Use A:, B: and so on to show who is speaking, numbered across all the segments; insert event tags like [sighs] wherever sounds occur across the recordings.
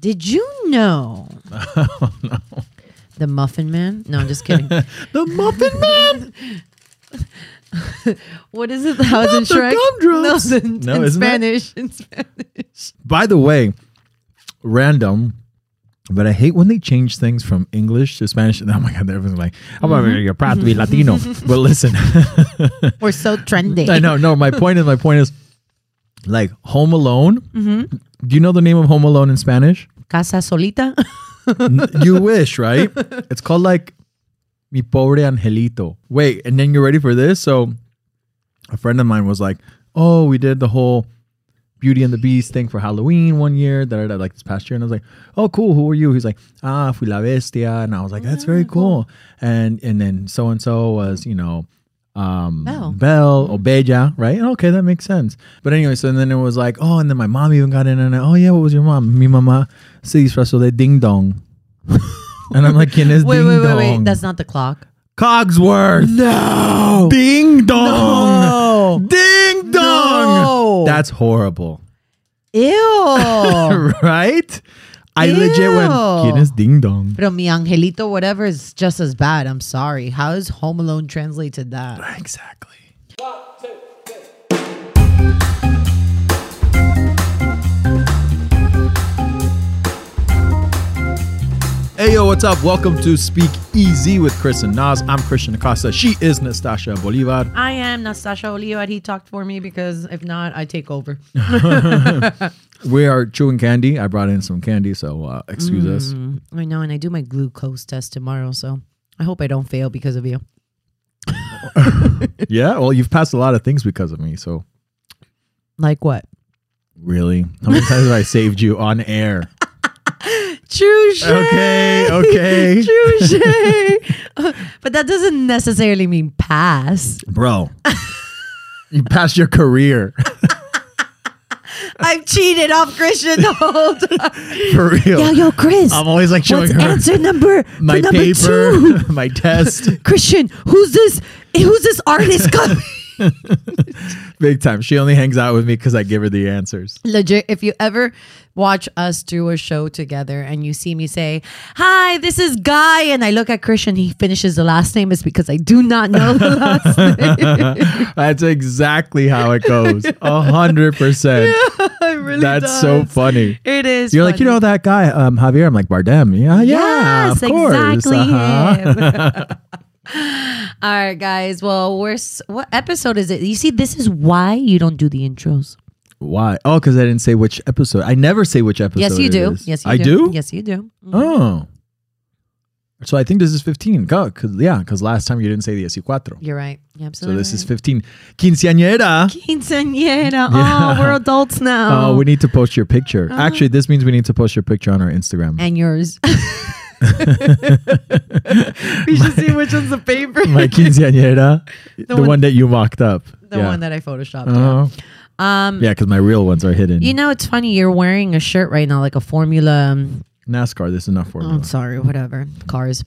A: Did you
B: [laughs]
A: know the Muffin Man? No, I'm just
B: [laughs]
A: kidding.
B: The Muffin Man.
A: what is it? The house in
B: the
A: Shrek?
B: gumdrops.
A: No, in,
B: No,
A: in
B: isn't it?
A: Spanish. In
B: [laughs]
A: Spanish.
B: By the way, random, but I hate when they change things from English to Spanish. [laughs] And oh my God, everyone's like, I'm you're proud to be Latino. but listen, [laughs]
A: We're so trendy.
B: I know. No, my point is, my point is, like Home Alone. Do you know the name of Home Alone in Spanish?
A: Casa
B: [laughs]
A: solita.
B: N- you wish, right? It's called like Mi Pobre Angelito. Wait, and then you're ready for this? So a friend of mine was like, Oh, we did the whole Beauty and the Beast thing for Halloween one year, da, da, da, like this past year. And I was like, Oh, cool. Who are you? He's like, Ah, fui la bestia. And I was like, That's very cool. And and then so and so was, you know, um,
A: Belle.
B: Belle or Bella, right? Okay, that makes sense. But anyway, so then it was like, oh, and then my mom even got in and oh yeah, what was your mom? Mi mamá se disfrazó de ding dong. and I'm like, ¿quién es
A: Wait,
B: ding
A: wait, wait,
B: dong?
A: wait. That's not the clock.
B: Cogsworth. No. Ding dong.
A: Oh.
B: Ding dong.
A: No.
B: That's horrible, [laughs]
A: Ew.
B: right? I legit went,
A: Oh. Ew.
B: ¿quién es ding dong?
A: Pero mi angelito, whatever, is just as bad. I'm sorry. How is Home Alone translate to that?
B: Exactly. Hey yo, what's up? Welcome to Speak Easy with Chris and Nas. I'm Christian Acosta. She is Nastasha Bolivar.
A: I am Nastasha Oliva. He talked for me because if not, I take over.
B: We are chewing candy. I brought in some candy, so uh, excuse us.
A: I know, and I do my glucose test tomorrow, so I hope I don't fail because of you.
B: [laughs] Yeah, well, you've passed a lot of things because of me. So
A: Like what?
B: really, how many times have I saved you on air?
A: True shit.
B: Okay,
A: [laughs]
B: okay,
A: Touche. but that doesn't necessarily mean pass. [laughs]
B: bro. You passed your career. [laughs]
A: I've cheated off Christian the whole time.
B: For real.
A: Yo, yo, Chris.
B: I'm always like showing
A: what's
B: her
A: answer number
B: my
A: for number two?
B: paper, [laughs] my test,
A: Christian, who's this? Who's this artist [laughs] coming?
B: big time. She only hangs out with me because I give her the answers.
A: Legit, if you ever watch us do a show together and you see me say, Hi, this is Guy, and I look at Christian, he finishes the last name, it's because I do not know the
B: [laughs]
A: last [laughs]
B: That's exactly how it goes. A hundred percent.
A: name. Really
B: That's
A: does.
B: so funny.
A: It is.
B: You're like, you know that guy, um, Javier. I'm like Bardem. Yeah, yeah,
A: Yes,
B: of course.
A: exactly
B: Uh-huh.
A: him. [laughs] All right, guys. Well, we're s- what episode is it? You see, this is why you don't do the intros.
B: Why? Oh, because I didn't say which episode. I never say which episode.
A: yes, you
B: it
A: do.
B: is.
A: Yes, you
B: I do.
A: Yes, you do. Mm-hmm.
B: Oh. So I think this is 15. Go, cause, yeah, because last time you didn't say the y cuatro.
A: You're right. You're
B: So
A: absolutely.
B: this is 15. Quinceañera.
A: quinceañera.
B: [laughs] Yeah.
A: Oh, we're adults now.
B: Oh, we need to post your picture. Actually, this means we need to post your picture on our Instagram.
A: [laughs] Uh-huh. and
B: [laughs]
A: yours. [laughs] we should see which one's the favorite. [laughs]
B: My quinceañera, the,
A: one-
B: one, that you mocked up.
A: the
B: yeah.
A: one that I photoshopped.
B: Uh-huh.
A: Um,
B: yeah, because my real ones are hidden.
A: you know, it's funny. You're wearing a shirt right now, like a Formula. um,
B: NASCAR, this is enough for
A: I'm
B: you.
A: Oh, sorry, whatever. Cars.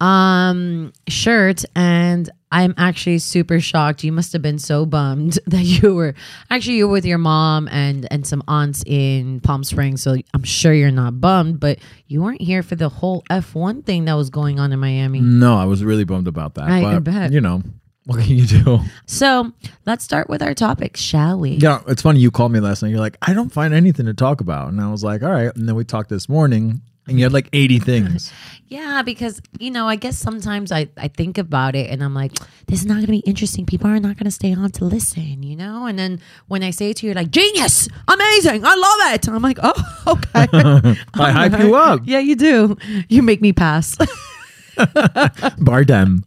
A: Um, shirt. And I'm actually super shocked. You must have been so bummed [laughs] that you were actually you were with your mom and and some aunts in Palm Springs. So I'm sure you're not bummed, but you weren't here for the whole F1 thing that was going on in Miami.
B: No, I was really bummed about that.
A: I- I
B: but,
A: bet.
B: You know, what can you do?
A: So let's start with our topic, shall we?
B: Yeah, it's funny. You called me last night. You're like, I don't find anything to talk about. And I was like, all right. And then we talked this morning and you had like 80 things.
A: Yeah, because you know, I guess sometimes I, I think about it and I'm like, this is not gonna be interesting. People are not gonna stay on to listen, you know? And then when I say it to you, you're like, genius, amazing, I love it. I'm like, oh, [laughs]
B: [laughs]
A: okay.
B: I hype you [laughs] up.
A: yeah, you do. You make me
B: [laughs]
A: pass
B: Bardem.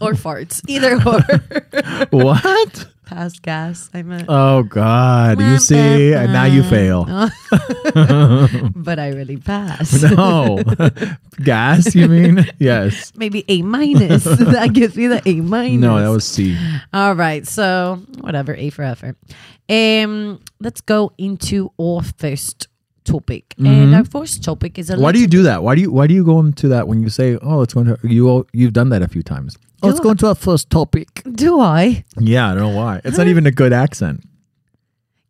A: or farts. Either or [laughs]
B: what?
A: pass gas. I meant
B: Oh, God. You see? And now you fail. [laughs]
A: but I really pass.
B: No. [laughs] Gas, you [laughs] mean? Yes.
A: Maybe A minus. [laughs] that gives me the A minus.
B: No, that was C.
A: All right, so whatever, A for effort. Um, let's go into our first topic, and our first topic is a.
B: Mm-hmm. Why do
A: little-
B: you do that? Why do you why do you go into that when you say, "Oh, let's go into you all, you've done that a few times." Oh, let's
A: Do
B: go into our first topic.
A: do I?
B: Yeah, I don't know why. It's [laughs] not even a good accent.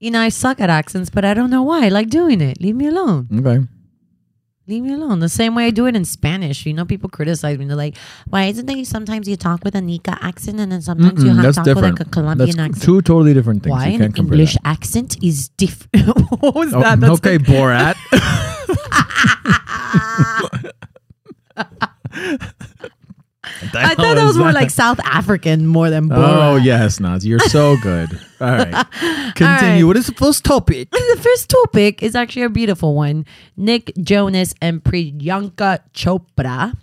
A: You know, I suck at accents, but I don't know why. I like doing it. Leave me alone.
B: Okay.
A: leave me alone. The same way I do it in Spanish. You know, people criticize me. They're like, why is it that you sometimes you talk with a Nika accent and then sometimes you
B: Mm,
A: have
B: that's
A: talk
B: different.
A: with like a Colombian
B: that's
A: accent?
B: two totally different things.
A: Why
B: you
A: an
B: can't compare
A: English
B: that.
A: accent is different? [laughs] what was
B: Oh,
A: that? That's [laughs]
B: okay, Borat. [laughs]
A: I thought that was more like South African more than Borat.
B: Oh yes, Naz, you're so
A: [laughs]
B: good. All right, continue. What is the first
A: [laughs]
B: topic?
A: the first topic is actually a beautiful one. Nick Jonas and Priyanka Chopra.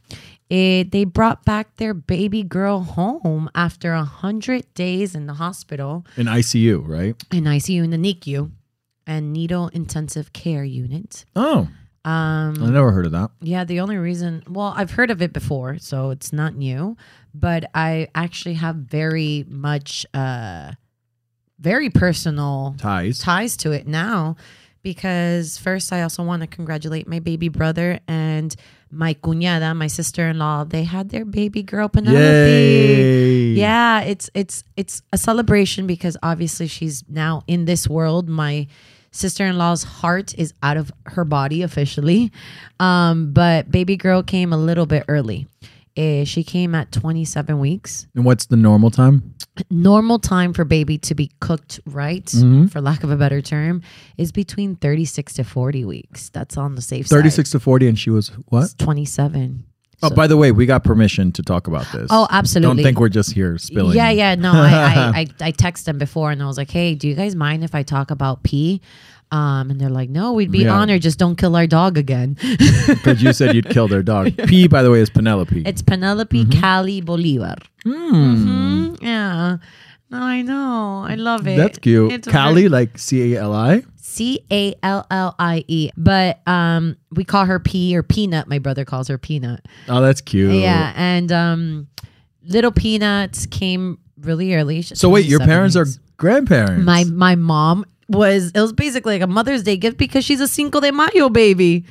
A: eh, they brought back their baby girl home after a hundred days in the hospital
B: In ICU, right?
A: in ICU in the NICU E and needle intensive care unit.
B: Oh,
A: Um,
B: I never heard of that.
A: yeah, the only reason, well, I've heard of it before, so it's not new, but I actually have very much, uh, very personal
B: Ties.
A: ties to it now because first I also want to congratulate my baby brother and my cuñada, my sister-in-law. They had their baby girl Penelope.
B: Yay!
A: Yeah, it's it's it's a celebration because obviously she's now in this world. My sister-in-law's heart is out of her body officially. Um, but baby girl came a little bit early. Eh, she came at 27 weeks
B: And what's the normal time?
A: normal time for baby to be cooked right
B: Mm-hmm.
A: for lack of a better term is between 36 to 40 weeks that's on the safe side
B: Thirty-six to forty, and she was what?
A: 27
B: Oh, by the way, we got permission to talk about this.
A: oh absolutely
B: Don't think we're just here spilling.
A: yeah yeah no
B: [laughs]
A: I, I i i texted them before and i was like hey do you guys mind if i talk about pee um and they're like no we'd be
B: Yeah.
A: honored just don't kill our dog again [laughs]
B: Because you said you'd kill their dog. P, by the way, is Penelope.
A: It's Penelope
B: Mm-hmm.
A: Cali Bolivar.
B: Hmm.
A: Mhm, Yeah. No, I know. I love it.
B: That's cute.
A: It's
B: Cali, like C A L I.
A: C A L L I E. But um, we call her P or Peanut. My brother calls her Peanut.
B: Oh, that's cute.
A: Yeah, and um, little Peanuts came really early. She's
B: So wait, your
A: 27
B: parents are
A: weeks.
B: grandparents.
A: my my mom was it was basically like a Mother's Day gift because she's a Cinco de Mayo baby.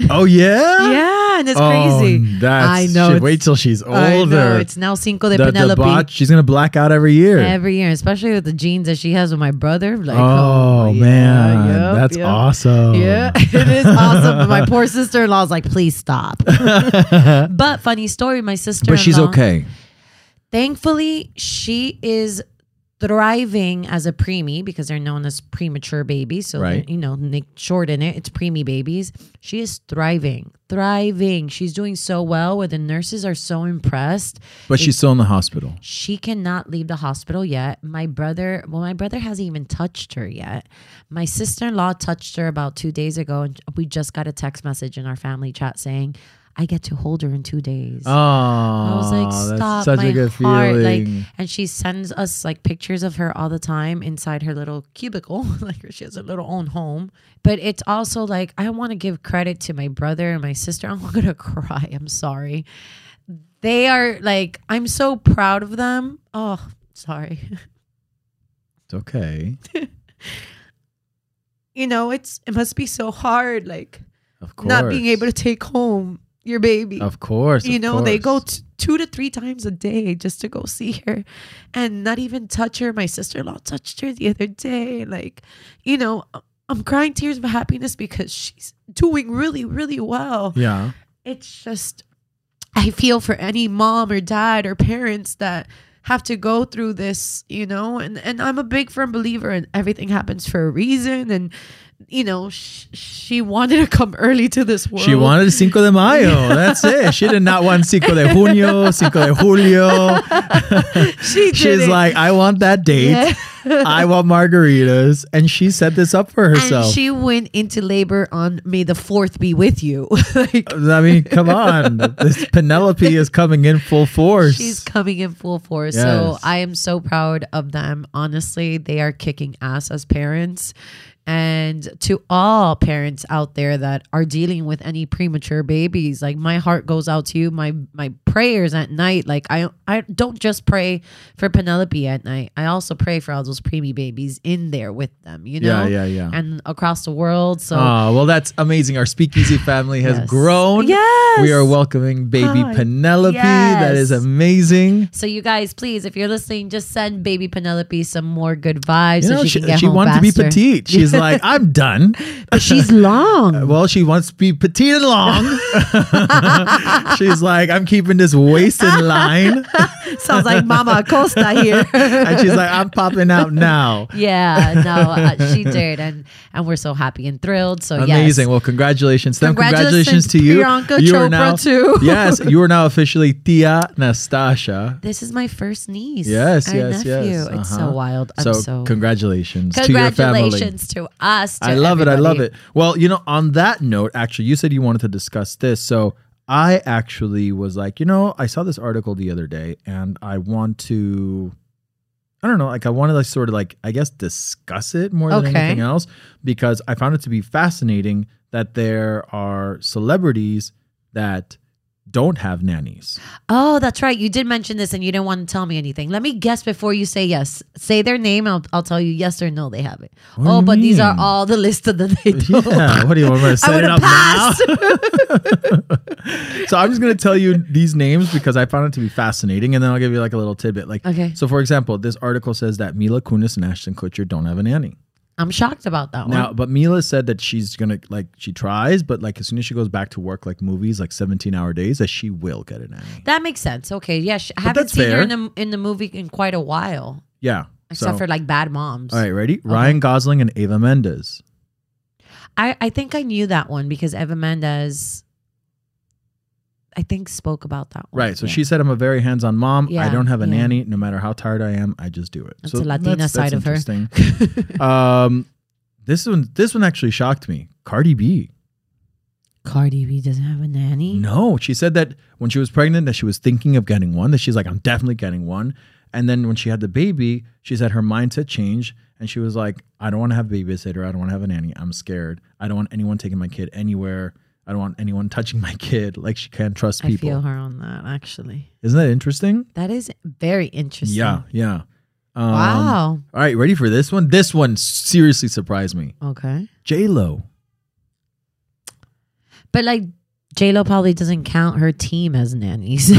B: [laughs] oh yeah.
A: Yeah, and it's
B: Oh,
A: crazy.
B: That's,
A: I know.
B: Shit,
A: it's-
B: wait till she's
A: I
B: older.
A: know. It's now Cinco de
B: the, the
A: Penelope.
B: botch, she's gonna black out every year.
A: Every year, especially with the jeans that she has with my brother. Like,
B: oh
A: yeah,
B: man,
A: yep,
B: that's
A: yep.
B: awesome.
A: Yeah, [laughs] it is awesome.
B: [laughs]
A: But my poor sister in law's like, please stop. but funny story, my sister.
B: but she's okay.
A: Thankfully, she is thriving as a preemie because they're known as premature babies. So
B: Right.
A: they're, you know, Nick shorten it. It's preemie babies. She is thriving, thriving. She's doing so well. Where the nurses are so impressed.
B: But she's still in the hospital.
A: She cannot leave the hospital yet. My brother, well, my brother hasn't even touched her yet. My sister in law touched her about two days ago, and we just got a text message in our family chat saying, I get to hold her in two days.
B: Oh, I
A: I was like, stop,
B: such
A: my
B: a good
A: heart.
B: feeling.
A: Like, and she sends us like pictures of her all the time inside her little cubicle. [laughs] like she has her little own home. But it's also like I want to give credit to my brother and my sister. [laughs] I'm gonna cry. I'm sorry. They are like I'm so proud of them. Oh, sorry. [laughs]
B: it's okay.
A: You know, it's it must be so hard, like
B: Of course.
A: not being able to take home your baby.
B: Of course.
A: you
B: of
A: know they go
B: course.
A: t- two to three times a day just to go see her and not even touch her my sister-in-law touched her the other day like you know I- i'm crying tears of happiness because she's doing really really well
B: yeah.
A: it's just i feel for any mom or dad or parents that have to go through this you know and and i'm a big firm believer in everything happens for a reason and you know sh- she wanted to come early to this world
B: She wanted Cinco de Mayo. That's it. She did not want Cinco de Junio, Cinco de Julio.
A: [laughs] she
B: She's
A: didn't.
B: like, I want that date. [laughs] I want margaritas. And she set this up for herself.
A: And she went into labor on May the fourth be with you. [laughs] like
B: I mean,
A: [laughs]
B: come on. This Penelope is coming in full force.
A: she's coming in full force. So
B: Yes.
A: I am so proud of them. Honestly, they are kicking ass as parents. And to all parents out there that are dealing with any premature babies, like my heart goes out to you. My my prayers at night, like I I don't just pray for Penelope at night. I also pray for all those preemie babies in there with them, you know?
B: Yeah, yeah, yeah.
A: And across the world. So
B: Oh, well, that's amazing. Our speakeasy family has
A: Yes.
B: grown.
A: Yes.
B: We are welcoming baby
A: Hi.
B: Penelope. That is
A: Yes.
B: amazing.
A: So you guys, please, if you're listening, just send baby Penelope some more good vibes
B: You
A: so
B: know,
A: she,
B: she,
A: can get
B: she
A: home
B: wanted to be
A: faster. [laughs]
B: petite. She's like, I'm done.
A: But
B: [laughs]
A: she's long.
B: Well, she wants to be petite and long. [laughs] She's like, I'm keeping this waist in line.
A: [laughs] Sounds like Mama Costa here. [laughs]
B: And she's like, I'm popping out now.
A: yeah, no, uh, she did, and and we're so happy and thrilled. So
B: Amazing.
A: yes,
B: Well, congratulations, them.
A: Congratulations
B: Congratulations to you.
A: Priyanka
B: you are
A: Chopra,
B: now,
A: too.
B: [laughs] yes, you are now
A: [laughs]
B: officially Tia Nastasha.
A: this is my first niece.
B: Yes,
A: and
B: yes,
A: nephew.
B: yes.
A: It's
B: Uh-huh.
A: so wild. I'm
B: So,
A: so,
B: congratulations, to your family.
A: congratulations to, us. to
B: I love it. I love
A: everybody.
B: it. Well, you know, on that note, actually, you said you wanted to discuss this. So I actually was like, you know, I saw this article the other day and I want to, I don't know, like I wanted to sort of like, I guess, discuss it more than
A: Okay.
B: anything else because I found it to be fascinating that there are celebrities that don't have nannies.
A: Oh, that's right. You did mention this, and you didn't want to tell me anything. Let me guess before you say yes. Say their name. I'll, I'll tell you yes or no. They have it.
B: do
A: oh,
B: you
A: but these are
B: mean?
A: all the list that
B: [laughs]
A: they don't.
B: Yeah, what do you want me to set
A: I
B: it
A: would
B: up
A: have
B: now?
A: passed. [laughs]
B: [laughs] So I'm just gonna tell you these names because I found it to be fascinating, and then I'll give you like a little tidbit. Like,
A: Okay.
B: So for example, this article says that Mila Kunis and Ashton Kutcher don't have a nanny
A: I'm shocked about that one.
B: now, but Mila said that she's gonna like she tries, but like as soon as she goes back to work, like movies, like 17 hour days, that she will get a nanny.
A: That makes sense. Okay, yeah, sh- I haven't
B: that's
A: seen
B: fair.
A: her in the in the movie in quite a while,
B: Yeah.
A: except
B: so,
A: for like Bad Moms.
B: all right, ready? Ryan Gosling and Ava Mendes.
A: I I think I knew that one because Eva Mendes, I think spoke about that one.
B: Right. So
A: Yeah.
B: she said, "I'm a very hands-on mom. I
A: Yeah,
B: don't have a
A: yeah.
B: nanny. No matter how tired I am, I just do it."
A: That's a Latina side of her. [laughs]
B: her. um, this one, this one actually shocked me. Cardi B.
A: Cardi B doesn't have a nanny.
B: No, she said that when she was pregnant that she was thinking of getting one. That she's like, "I'm definitely getting one." And then when she had the baby, she said her mindset changed and she was like, "I don't want to have a babysitter. I don't want to have a nanny. I'm scared. I don't want anyone taking my kid anywhere." I don't want anyone touching my kid. Like she can't trust
A: I feel
B: people.
A: her on that actually.
B: Isn't that interesting?
A: That is very interesting.
B: Yeah, yeah. Um,
A: Wow.
B: All right, ready for this one? This one seriously surprised me.
A: Okay.
B: J Lo.
A: But like J Lo probably doesn't count her team as
B: [laughs]
A: nannies.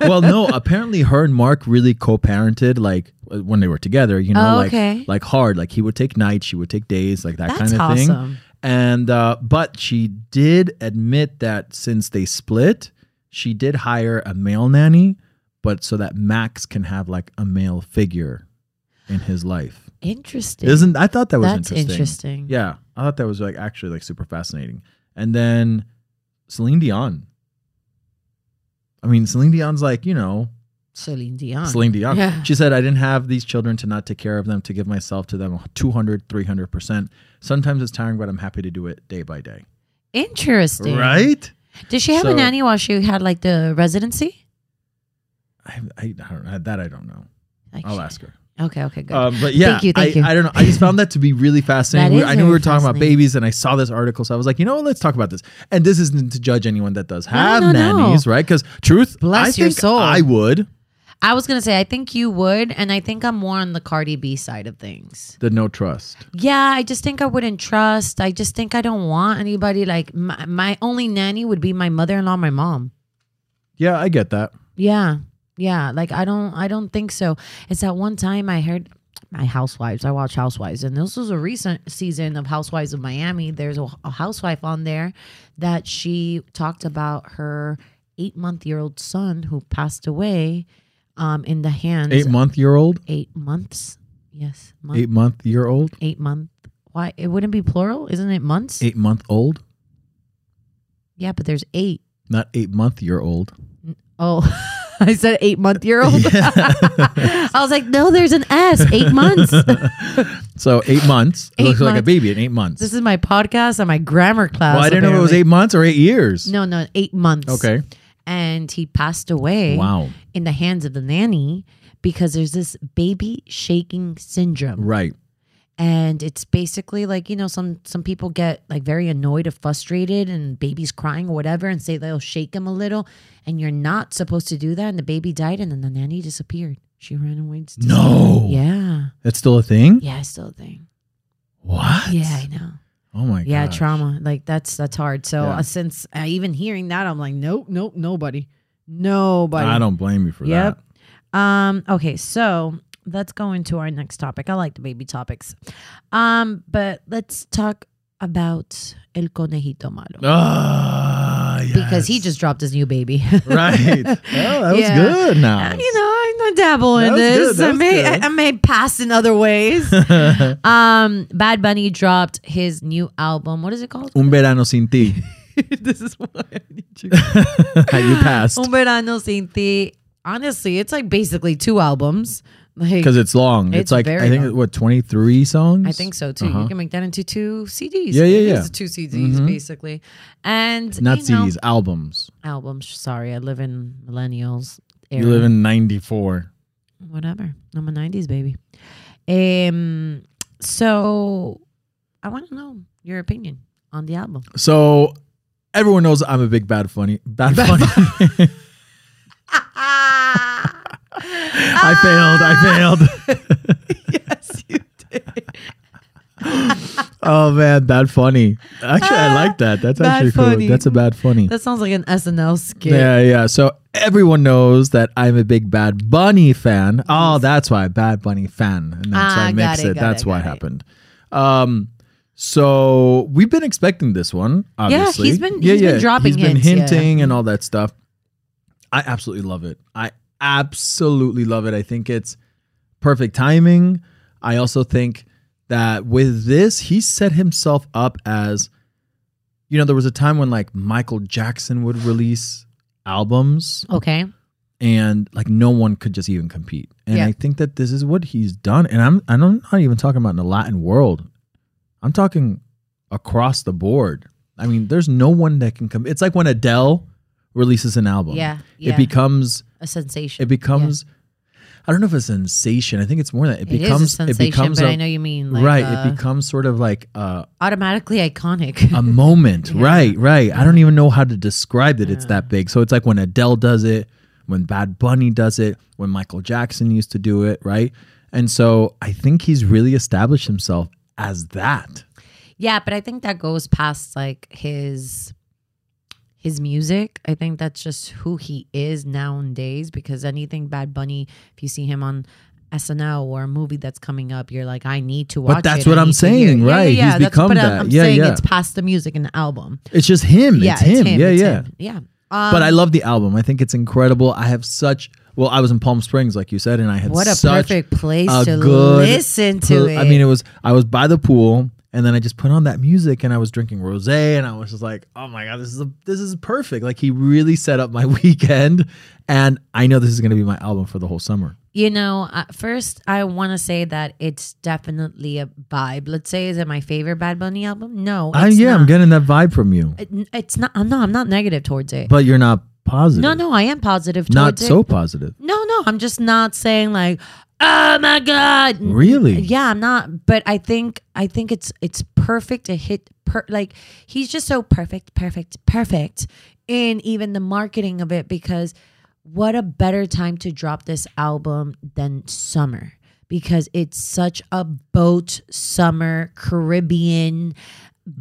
B: well, no, apparently her and Mark really co-parented, like uh, when they were together. You know,
A: Oh,
B: like
A: okay.
B: like hard. Like he would take nights, she would take days, like
A: [laughs]
B: that
A: That's
B: kind of thing.
A: awesome.
B: And uh, but she did admit that since they split, she did hire a male nanny, but so that Max can have like a male figure in his life.
A: Interesting.
B: Isn't I thought that was
A: That's interesting.
B: Yeah, I thought that was like actually like super fascinating. And then Celine Dion. I mean, Celine Dion's like you know
A: Celine Dion.
B: Celine Dion.
A: Yeah.
B: She said, "I didn't have these children to not take care of them, to give myself to them 200, 300 percent. Sometimes it's tiring, but I'm happy to do it day by day.
A: Interesting.
B: Right?
A: Did she have
B: So-
A: a nanny while she had like the residency?
B: I, I, I don't know that I don't know.
A: Like
B: I'll
A: she-
B: ask her.
A: Okay, okay, good.
B: Um, but yeah,
A: Thank you, thank
B: I,
A: you.
B: I don't know. I just found that to be really
A: [laughs]
B: fascinating.
A: That
B: We-
A: is
B: I knew we
A: very
B: were talking about
A: fascinating.
B: babies, and I saw this article, so I was like, you know, what? let's talk about this. And this isn't to judge anyone that does have
A: no, no.
B: nannies, right? Because truth,
A: Bless
B: I
A: your
B: think
A: soul.
B: I would
A: I was gonna say I think you would, and I think I'm more on the Cardi B side of things.
B: the no trust.
A: Yeah, I just think I wouldn't trust. I just think I don't want anybody. Like my, my only nanny would be my mother-in-law, my mom.
B: Yeah, I get that.
A: Yeah, yeah. Like I don't, I don't think so. It's that one time I heard my housewives. I watch Housewives, and this was a recent season of Housewives of Miami. There's a, a housewife on there that she talked about her eight-month-year-old son who passed away um, in the hands
B: Eight month year old,
A: eight months. Yes, month, eight.
B: eight month year old,
A: month. Why it wouldn't be plural? Isn't it months?
B: eight month old,
A: Yeah, but there's eight.
B: not eight month year old.
A: Oh, [laughs] I said eight month year old. [laughs] I was like, no, there's an S. Eight
B: [laughs]
A: months.
B: So
A: [laughs]
B: eight months. It
A: Eight
B: looks like a
A: months.
B: baby in eight months.
A: this is my podcast and my grammar class.
B: well, I didn't know if it was eight
A: apparently.
B: months or eight years.
A: No, no, eight months.
B: Okay.
A: and he passed away.
B: Wow.
A: In the hands of the nanny because there's this baby shaking syndrome.
B: Right.
A: and it's basically like you know some some people get like very annoyed or frustrated and baby's crying or whatever and say they'll shake him a little and you're not supposed to do that and the baby died and then the nanny disappeared she ran away and dis-
B: No.
A: yeah
B: That's still a thing.
A: yeah it's still a thing
B: What?
A: yeah i know
B: Oh my god.
A: yeah trauma like that's that's hard so
B: Yeah.
A: uh, since uh, even hearing that i'm like nope nope nobody nobody
B: I don't blame you for
A: Yep.
B: that.
A: Um, okay, so let's go into our next topic. I like the baby topics. Um, but let's talk about El Conejito Malo.
B: Ah,
A: Because he
B: yes.
A: just dropped his new baby.
B: [laughs]
A: [laughs]
B: right. Well, Oh, that was
A: Yeah.
B: good. Now
A: Uh, you know, I'm gonna dabble
B: That
A: in
B: was good,
A: this.
B: that
A: I
B: was
A: may,
B: good.
A: I, I may pass in other
B: [laughs]
A: ways. um, Bad Bunny dropped his new album. What is it called?
B: un verano sin ti.
A: [laughs] this is why I need you.
B: [laughs]
A: Oh
B: you passed
A: Un verano sin ti. Honestly, it's like basically two albums. Like,
B: because it's long. It's,
A: It's
B: like
A: very
B: I think
A: long.
B: what twenty three songs.
A: I think so too. You can make that into two CDs.
B: Uh-huh. Yeah, yeah,
A: It
B: yeah.
A: is
B: Mm-hmm.
A: two CDs basically, and
B: not
A: you know,
B: CDs, albums.
A: albums. Sorry, I live in millennials. Era.
B: You live in ninety four.
A: whatever. I'm a '90s baby. Um, so I want to know your opinion on the
B: [laughs]
A: album.
B: So everyone knows I'm a big bad funny bad, funny. [laughs] Ah! I failed. I
A: Ah!
B: failed.
A: [laughs] yes, you did.
B: Oh man, bad funny. Actually, I like that. That's
A: Bad
B: actually
A: funny.
B: cool. That's a bad funny.
A: That sounds like an SNL skit.
B: Yeah, yeah. So everyone knows that I'm a big Bad Bunny fan. Oh, that's why Bad Bunny fan, and that's why
A: Ah,
B: I
A: got
B: mixed
A: it,
B: it.
A: got
B: That's
A: it,
B: what
A: got it.
B: happened. Um, so we've been expecting this one. Obviously,
A: he's been- he's been dropping
B: He's been
A: hints, yeah.
B: hinting and all that stuff. I absolutely love it. I absolutely love it. I think it's perfect timing. I also think that with this, he set himself up as, you know, there was a time when like Michael Jackson would release albums
A: Okay.
B: and like no one could just even compete. And
A: Yeah.
B: I think that this is what he's done. And I'm I'm not even talking about in the Latin world. I'm talking across the board. I mean, there's no one that can come. It's like when Adele releases an album.
A: Yeah, yeah.
B: It becomes
A: A sensation.
B: it becomes I don't know if it's a sensation. I think it's more than that. It,
A: It is
B: becomes
A: a sensation,
B: it becomes
A: but
B: a-
A: I know you mean like,
B: right.
A: uh,
B: it becomes sort of like uh, a,
A: automatically iconic.
B: [laughs] a moment. Right, right. I don't even know how to describe it. It's that big. So it's like when Adele does it, when Bad Bunny does it, when Michael Jackson used to do it, right? And so I think he's really established himself as that.
A: [laughs] yeah, but I think that goes past like his his music. I think that's just who he is nowadays because anything Bad Bunny, if you see him on SNL or a movie that's coming up, you're like, I need to watch.
B: that's
A: it. I
B: what I'm
A: need to hear
B: saying,
A: it. Yeah,
B: right.
A: Yeah, yeah.
B: He's
A: that's
B: become
A: what
B: that.
A: I'm, I'm
B: Yeah,
A: saying.
B: yeah.
A: It's past the music and the album.
B: It's just him.
A: yeah,
B: it's him. Yeah,
A: it's
B: yeah.
A: him. yeah. Um,
B: But I love the album. I think it's incredible. I have such well, I was in Palm Springs, like you said, and I had
A: what a
B: such
A: perfect place
B: a
A: to
B: good
A: listen to
B: pl-
A: it.
B: I mean, it was I was by the pool, and then I just put on that music, and I was drinking rosé, and I was just like, "Oh my god, this is a, this is perfect!" Like he really set up my [laughs] weekend, and I know this is going to be my album for the whole summer.
A: You know, uh, first I want to say that it's definitely a vibe. Let's say, is it my favorite Bad Bunny album? No, it's
B: I, yeah, I'm
A: not.
B: getting that vibe from you,
A: It- it's not. I'm not. I'm not negative towards it.
B: but you're not positive.
A: no, no, I am positive towards
B: not
A: it.
B: so positive.
A: No, no, I'm just not saying like, oh my god.
B: Really?
A: Yeah, I'm not. But I think I think it's it's perfect to hit. Per, like he's just so perfect, perfect, perfect in even the marketing of it because what a better time to drop this album than summer because it's such a boat summer Caribbean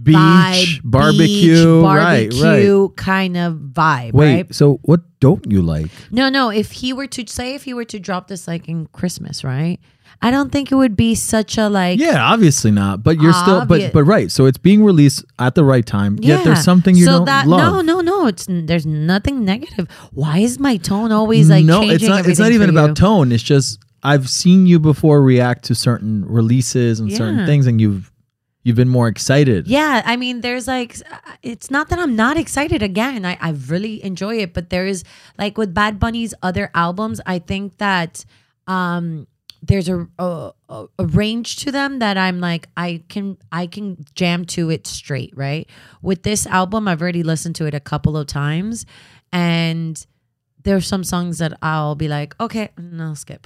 B: Beach,
A: vibe,
B: barbecue,
A: beach,
B: right, right.
A: barbecue kind of vibe.
B: Wait,
A: right?
B: so what don't you like?
A: No, no. If he were to say, if he were to drop this like in Christmas, right? I don't think it would be such a like.
B: Yeah, obviously not. But you're still,
A: Obvi-
B: but but right. So it's being released at the right time. Yet there's something you
A: so
B: don't
A: that,
B: love.
A: No, no, no. It's n- there's nothing negative. Why is my tone always like
B: no,
A: changing
B: it's not.
A: everything
B: It's not
A: for
B: even
A: you?
B: about tone. It's just I've seen you before react to certain releases and
A: Yeah.
B: certain things, and you've you've been more excited.
A: Yeah, I mean, there's like, s- uh, it's not that I'm not excited again. I, I really enjoy it, but there is like with Bad Bunny's other albums, I think that um there's a, a a a range to them that I'm like I can I can jam to it straight, right? With this album, I've already listened to it a couple of times, and there's some songs that I'll be like, okay, and I'll skip,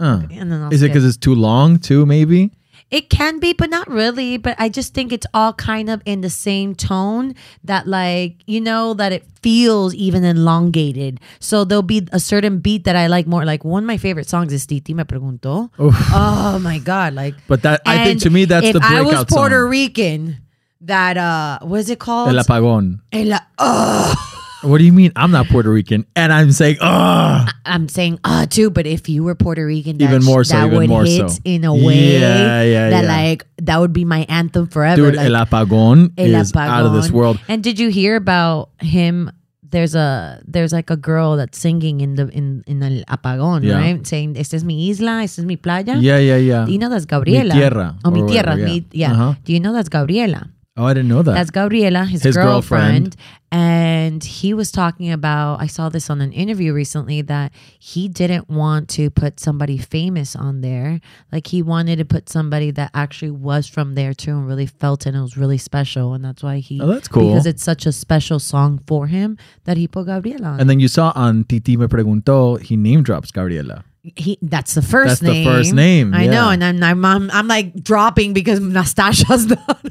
B: Huh.
A: and then I'll
B: Is it
A: skip.
B: because it's too long? Too maybe.
A: It can be, but not really. But I just think it's all kind of in the same tone that, like, you know, that it feels even elongated. So there'll be a certain beat that I like more. Like, one of my favorite songs is Titi Me Preguntó. Oh my God. Like,
B: But that I think
A: and
B: to me that's
A: if
B: the breakout
A: I was Puerto
B: song.
A: Rican, that, uh, what is it called?
B: El apagón.
A: El- oh.
B: What do you mean? I'm not Puerto Rican, and I'm saying, ah,
A: I'm saying ah too, but if you were Puerto Rican, that
B: Even
A: sh-
B: more so,
A: that
B: even
A: would
B: more
A: hit
B: so.
A: in a way
B: Yeah, yeah,
A: that
B: yeah.
A: like that would be my anthem forever.
B: dude,
A: like,
B: el apagón
A: El
B: is out of this
A: Apagón.
B: world.
A: And did you hear about him? There's a there's like a girl that's singing in the in in el apagón,
B: Yeah.
A: right? Saying, "Esta es mi isla, esta es mi playa."
B: Yeah, yeah, yeah.
A: Do you know that's Gabriela?
B: tierra,
A: Oh, mi
B: or
A: tierra.
B: whatever,
A: mi- yeah.
B: yeah. Uh-huh.
A: Do you know that's Gabriela?
B: Oh, I didn't know that.
A: That's Gabriela, his,
B: His
A: girlfriend.
B: girlfriend.
A: And he was talking about, I saw this on an interview recently that he didn't want to put somebody famous on there. Like he wanted to put somebody that actually was from there too and really felt it and it was really special. And that's why he,
B: Oh, that's cool.
A: Because it's such a special song for him that he put Gabriela on.
B: and then you saw on Titi me preguntó, he name drops Gabriela. [laughs]
A: he, that's the first
B: That's the
A: name.
B: first name,
A: I know.
B: yeah.
A: And then I'm, I'm, I'm like dropping because Nastasha's [laughs] not.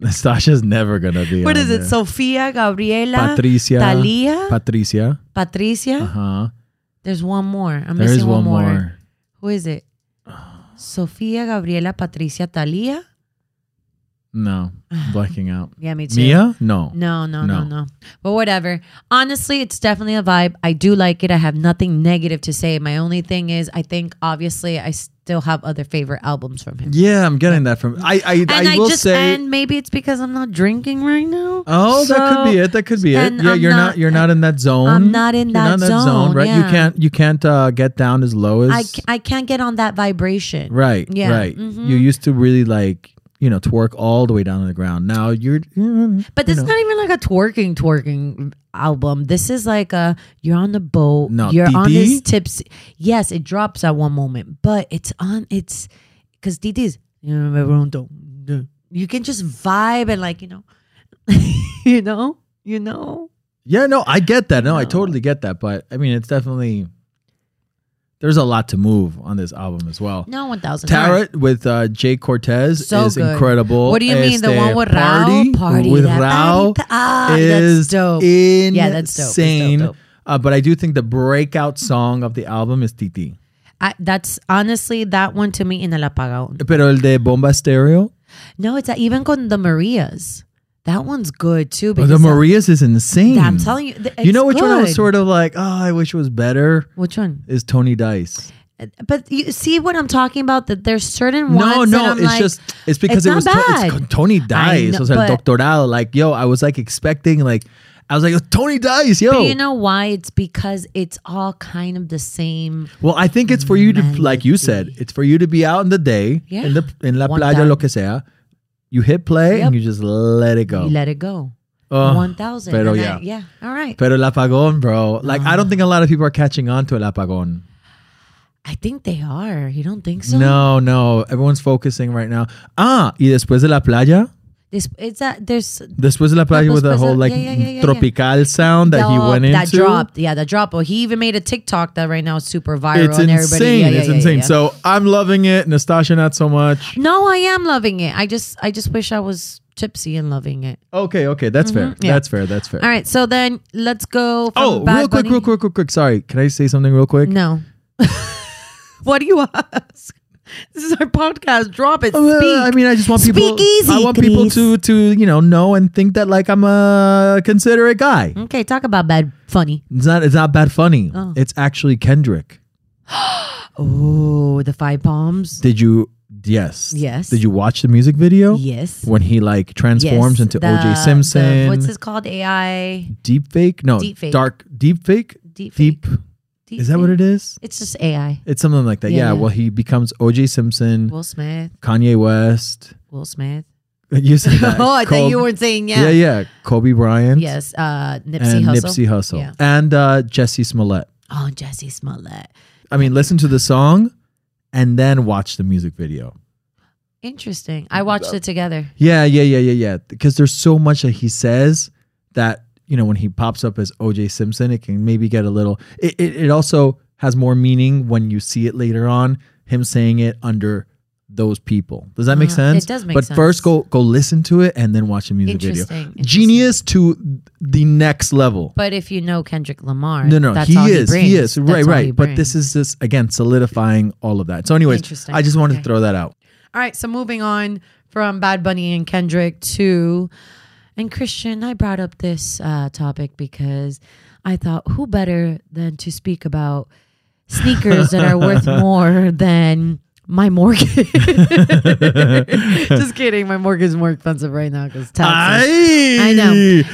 B: Nastasha's never gonna be.
A: What
B: on
A: is it?
B: there.
A: Sofia, Gabriela,
B: Patricia,
A: Thalia,
B: Patricia.
A: Patricia.
B: Uh huh.
A: There's one more. I'm
B: There
A: missing
B: is
A: one,
B: one
A: more.
B: more.
A: Who is it? Sofia, Gabriela, Patricia, Talia. [sighs]
B: No, I'm blacking out.
A: Yeah, me too.
B: Mia? No.
A: No, no, no, no,
B: No.
A: But whatever. Honestly, it's definitely a vibe. I do like it. I have nothing negative to say. My only thing is, I think obviously I still have other favorite albums from him.
B: Yeah, I'm getting that from. I I,
A: And I,
B: I will
A: just
B: say.
A: and maybe it's because I'm not drinking right now.
B: Oh, that could be it. That could be it.
A: and
B: Yeah,
A: I'm
B: you're
A: not-
B: not, you're not in that zone.
A: I'm not in
B: You're
A: that zone,
B: right?
A: yeah.
B: You can't you can't uh, get down as low as
A: I c- I can't get on that vibration.
B: right.
A: Yeah,
B: right.
A: mhm.
B: You used to really like you know twerk all the way down to the ground. Now you're [laughs] mm,
A: But
B: you
A: this is
B: know.
A: not even like a twerking twerking album. This is like a you're on the boat.
B: No,
A: you're on
B: DD?
A: this tipsy. Yes, it drops at one moment, but it's on. It's because DD's. You know, everyone don't- don't- You can just vibe and like you know, [laughs] you know, you know.
B: yeah. No, I get that. No, I
A: No.
B: totally get that. But I mean, it's definitely there's a lot to move on this album as well.
A: No, one thousand.
B: Tarot with uh, Jay Cortez
A: So
B: is
A: good.
B: incredible.
A: What do you mean the
B: Este,
A: one with Rao? Party
B: with
A: that
B: Rao
A: party- ah, that's
B: is
A: dope.
B: insane.
A: Yeah, that's dope. It's dope, dope.
B: Uh, but I do think the breakout song of the album is Titi.
A: I, that's honestly that one to me in el apagón.
B: Pero el de Bomba Stereo,
A: No, it's uh, even con the Marias. That one's good too.
B: oh,
A: Because uh,
B: the Marias is insane.
A: I'm telling you, th-
B: you
A: it's
B: know which one I was
A: good.
B: sort of like, oh, I wish it was better.
A: Which one?
B: Is Tony Dice?
A: But you see what I'm talking about? That there's certain ones.
B: No,
A: that
B: no,
A: I'm
B: it's
A: like,
B: just it's
A: it's
B: because it
A: not
B: was to-
A: bad.
B: it's con- Tony Dice.
A: know,
B: was el
A: but-
B: doctorado. Like, yo, I was like expecting like. I was like, oh, Tony Dice, yo.
A: But you know why? It's because it's all kind of the same.
B: Well, I think it's for you to, like you said, it's for you to be out in the day,
A: Yeah.
B: in the in la
A: One
B: playa,
A: time.
B: lo que sea. You hit play
A: Yep.
B: and you just let it go.
A: You let it go.
B: Ugh,
A: One thousand.
B: pero
A: and I-
B: yeah.
A: yeah. All right.
B: Pero el apagón, bro. Like, I
A: Ah.
B: don't think a lot of people are catching on to el apagón.
A: I think they are. You don't think so?
B: no, no. Everyone's focusing right now. Ah, y después de la playa,
A: This it's that there's
B: después de la playa with the
A: después de-
B: whole like
A: yeah, yeah, yeah, yeah,
B: tropical sound that he
A: dop-
B: went
A: that
B: into.
A: dropped. Yeah, that drop. Oh, he even made a TikTok that right now is super viral.
B: It's
A: and everybody,
B: insane.
A: yeah, yeah,
B: it's
A: yeah,
B: insane.
A: yeah.
B: So I'm loving it. Nastasha, not so much.
A: no, I am loving it. I just I just wish I was tipsy and loving it.
B: Okay, okay. That's fair.
A: Mm-hmm. yeah.
B: That's fair. That's fair.
A: All right. So then let's go. From
B: Oh,
A: Bad
B: real quick,
A: Bunny- Mm.
B: real quick, real quick. Sorry, can I say something real quick?
A: No. [laughs] what do you ask? [laughs] This is our podcast. Drop it. Speak.
B: Uh, I mean, I just want people.
A: Speak easy,
B: I want people
A: Chris.
B: to to you know know and think that like I'm a considerate guy.
A: okay, talk about bad funny.
B: It's not. It's not bad funny.
A: Mm. Oh.
B: It's actually Kendrick.
A: Oh, the five palms.
B: Did you? Yes.
A: Yes.
B: Did you watch the music video?
A: yes.
B: When he like transforms
A: Yes.
B: into
A: The-
B: OJ
A: the-
B: Simpson.
A: what's this called? AI.
B: Deep fake? No.
A: Deep fake.
B: Dark deep fake.
A: Deep.
B: Deep. Is that what it is?
A: It's just AI.
B: It's something like that.
A: Yeah,
B: Yeah.
A: yeah.
B: Well, he becomes OJ Simpson,
A: Will Smith.
B: Kanye West. [laughs]
A: Will Smith. [laughs]
B: You said that.
A: oh, I thought
B: Kobe-
A: you weren't saying yeah.
B: Yeah, yeah. Kobe Bryant.
A: Yes. Uh, Nipsey
B: And
A: Hussle.
B: Nipsey Hussle.
A: Yeah.
B: And uh, Jesse Smollett.
A: Oh, Jesse Smollett.
B: I mean, listen to the song and then watch the music video.
A: Interesting. I watched it together.
B: Yeah, yeah, yeah, yeah, yeah. Because there's so much that he says that, you know, when he pops up as OJ Simpson, it can maybe get a little. It, it, it also has more meaning when you see it later on, him saying it under those people. Does that make
A: Uh, it
B: sense?
A: does make
B: but
A: sense.
B: But first, go go listen to it and then watch the music video.
A: Interesting, interesting.
B: Genius to the next level.
A: But if you know Kendrick Lamar,
B: No, no,
A: that's
B: he
A: all
B: is.
A: He,
B: He,
A: brings.
B: is.
A: That's
B: Right,
A: all
B: right.
A: he
B: But this
A: brings.
B: is just again solidifying all of that. So, anyways,
A: Interesting.
B: I just wanted
A: Okay.
B: to throw that out.
A: All right, so moving on from Bad Bunny and Kendrick to And Christian, I brought up this uh, topic because I thought, who better than to speak about sneakers that are
B: [laughs]
A: worth more than my mortgage? [laughs] Just kidding. My mortgage is more expensive right now because taxes. I know.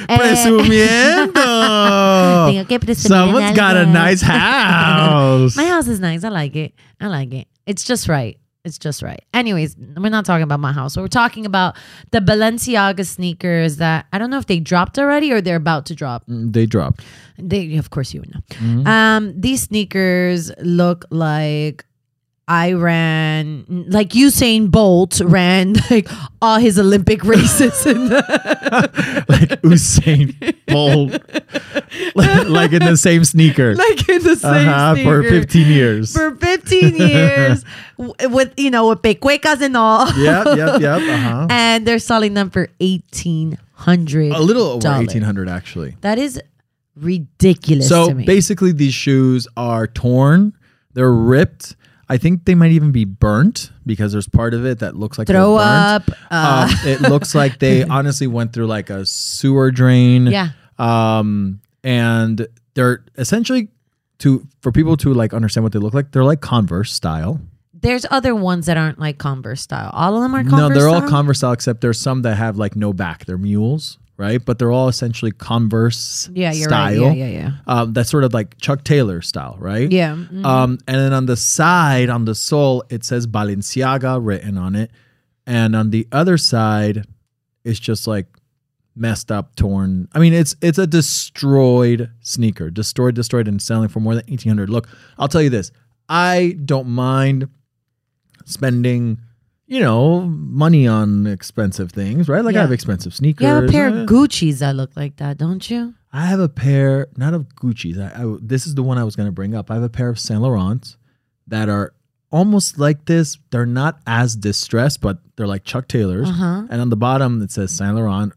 A: Eh. [laughs]
B: Presumiendo.
A: Tengo que presumir
B: Someone's Oh, got a
A: algo.
B: nice
A: [laughs]
B: house.
A: My house is nice. I like it. I like it. It's just right. It's just right. Anyways, we're not talking about my house. We're talking about the Balenciaga sneakers that I don't know if they dropped already or they're about to drop.
B: they dropped. [laughs]
A: They, of course, you would know.
B: Mm-hmm.
A: Um, these sneakers look like I ran, like Usain Bolt ran [laughs] like all his Olympic races. in
B: Like Usain Bolt. [laughs] like, like in the same
A: [laughs]
B: sneaker.
A: like in the same
B: Uh-huh, for
A: sneaker.
B: 15 years.
A: [laughs] for 15 years w- with you know with pecuecas and all
B: yep,
A: [laughs]
B: yep, yep. Uh-huh.
A: and they're selling them for 1800
B: A little over
A: dollars.
B: 1800 actually.
A: that is ridiculous
B: So
A: to me.
B: basically, these shoes are torn, they're ripped. I think they might even be burnt because there's part of it that looks like
A: throw
B: they're burnt.
A: up uh,
B: um, it looks
A: [laughs]
B: like they honestly went through like a sewer drain.
A: Yeah.
B: Um, and they're essentially to for people to like understand what they look like. They're like Converse style.
A: there's other ones that aren't like converse style all of them are converse
B: no, they're all
A: style?
B: Converse style except there's some that have like no back. They're mules, right? But they're all essentially Converse
A: yeah you're
B: style.
A: right yeah yeah yeah
B: Um, that's sort of like Chuck Taylor style, right?
A: yeah mm.
B: Um, and then on the side, on the sole, it says Balenciaga written on it. And on the other side, it's just like messed up, torn. I mean, it's it's a destroyed sneaker, destroyed, destroyed, and selling for more than eighteen hundred. Look, I'll tell you this: I don't mind spending, you know, money on expensive things, right? Like
A: Yeah.
B: I have expensive sneakers.
A: you have a pair
B: eh.
A: of gucci's that look like that don't you
B: I have a pair, not of Gucci's. I, I- this is the one I was going to bring up. I have a pair of Saint Laurents that are almost like this. They're not as distressed, but they're like Chuck Taylors.
A: uh-huh
B: And on the bottom it says Saint Laurent,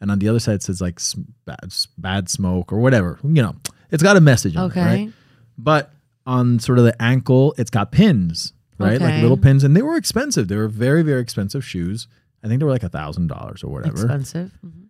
B: and on the other side it says like s- bad, s- bad smoke or whatever. You know, it's got a message. On
A: okay
B: It, right? But on sort of the ankle, it's got pins, right? Like
A: Okay.
B: little pins, and they were expensive. They were very, very expensive shoes. I think they were like a thousand dollars or whatever
A: expensive Mhm.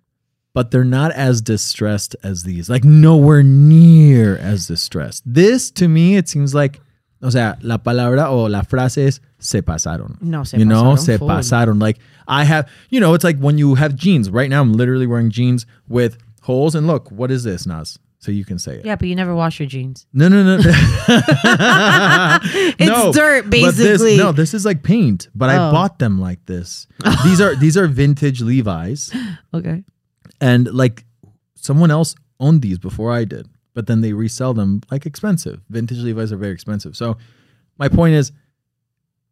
B: but they're not as distressed as these. Like nowhere near as distressed. This to me, it seems like, o sea, la palabra o la frase es se pasaron.
A: no se
B: you know,
A: pasaron,
B: se
A: full.
B: pasaron. Like I have, you know, it's like when you have jeans. Right now, I'm literally wearing jeans with holes. And look, what is this, Nas? So you can say it.
A: yeah but you never wash your jeans
B: [laughs] No, no,
A: [laughs]
B: no. [laughs]
A: It's dirt, basically.
B: This, no, this is like paint. But I
A: Oh.
B: bought them like this. these are these are vintage Levi's
A: okay
B: and like someone else owned these before I did, but then they resell them like expensive. Vintage Levi's are very expensive. So my point is,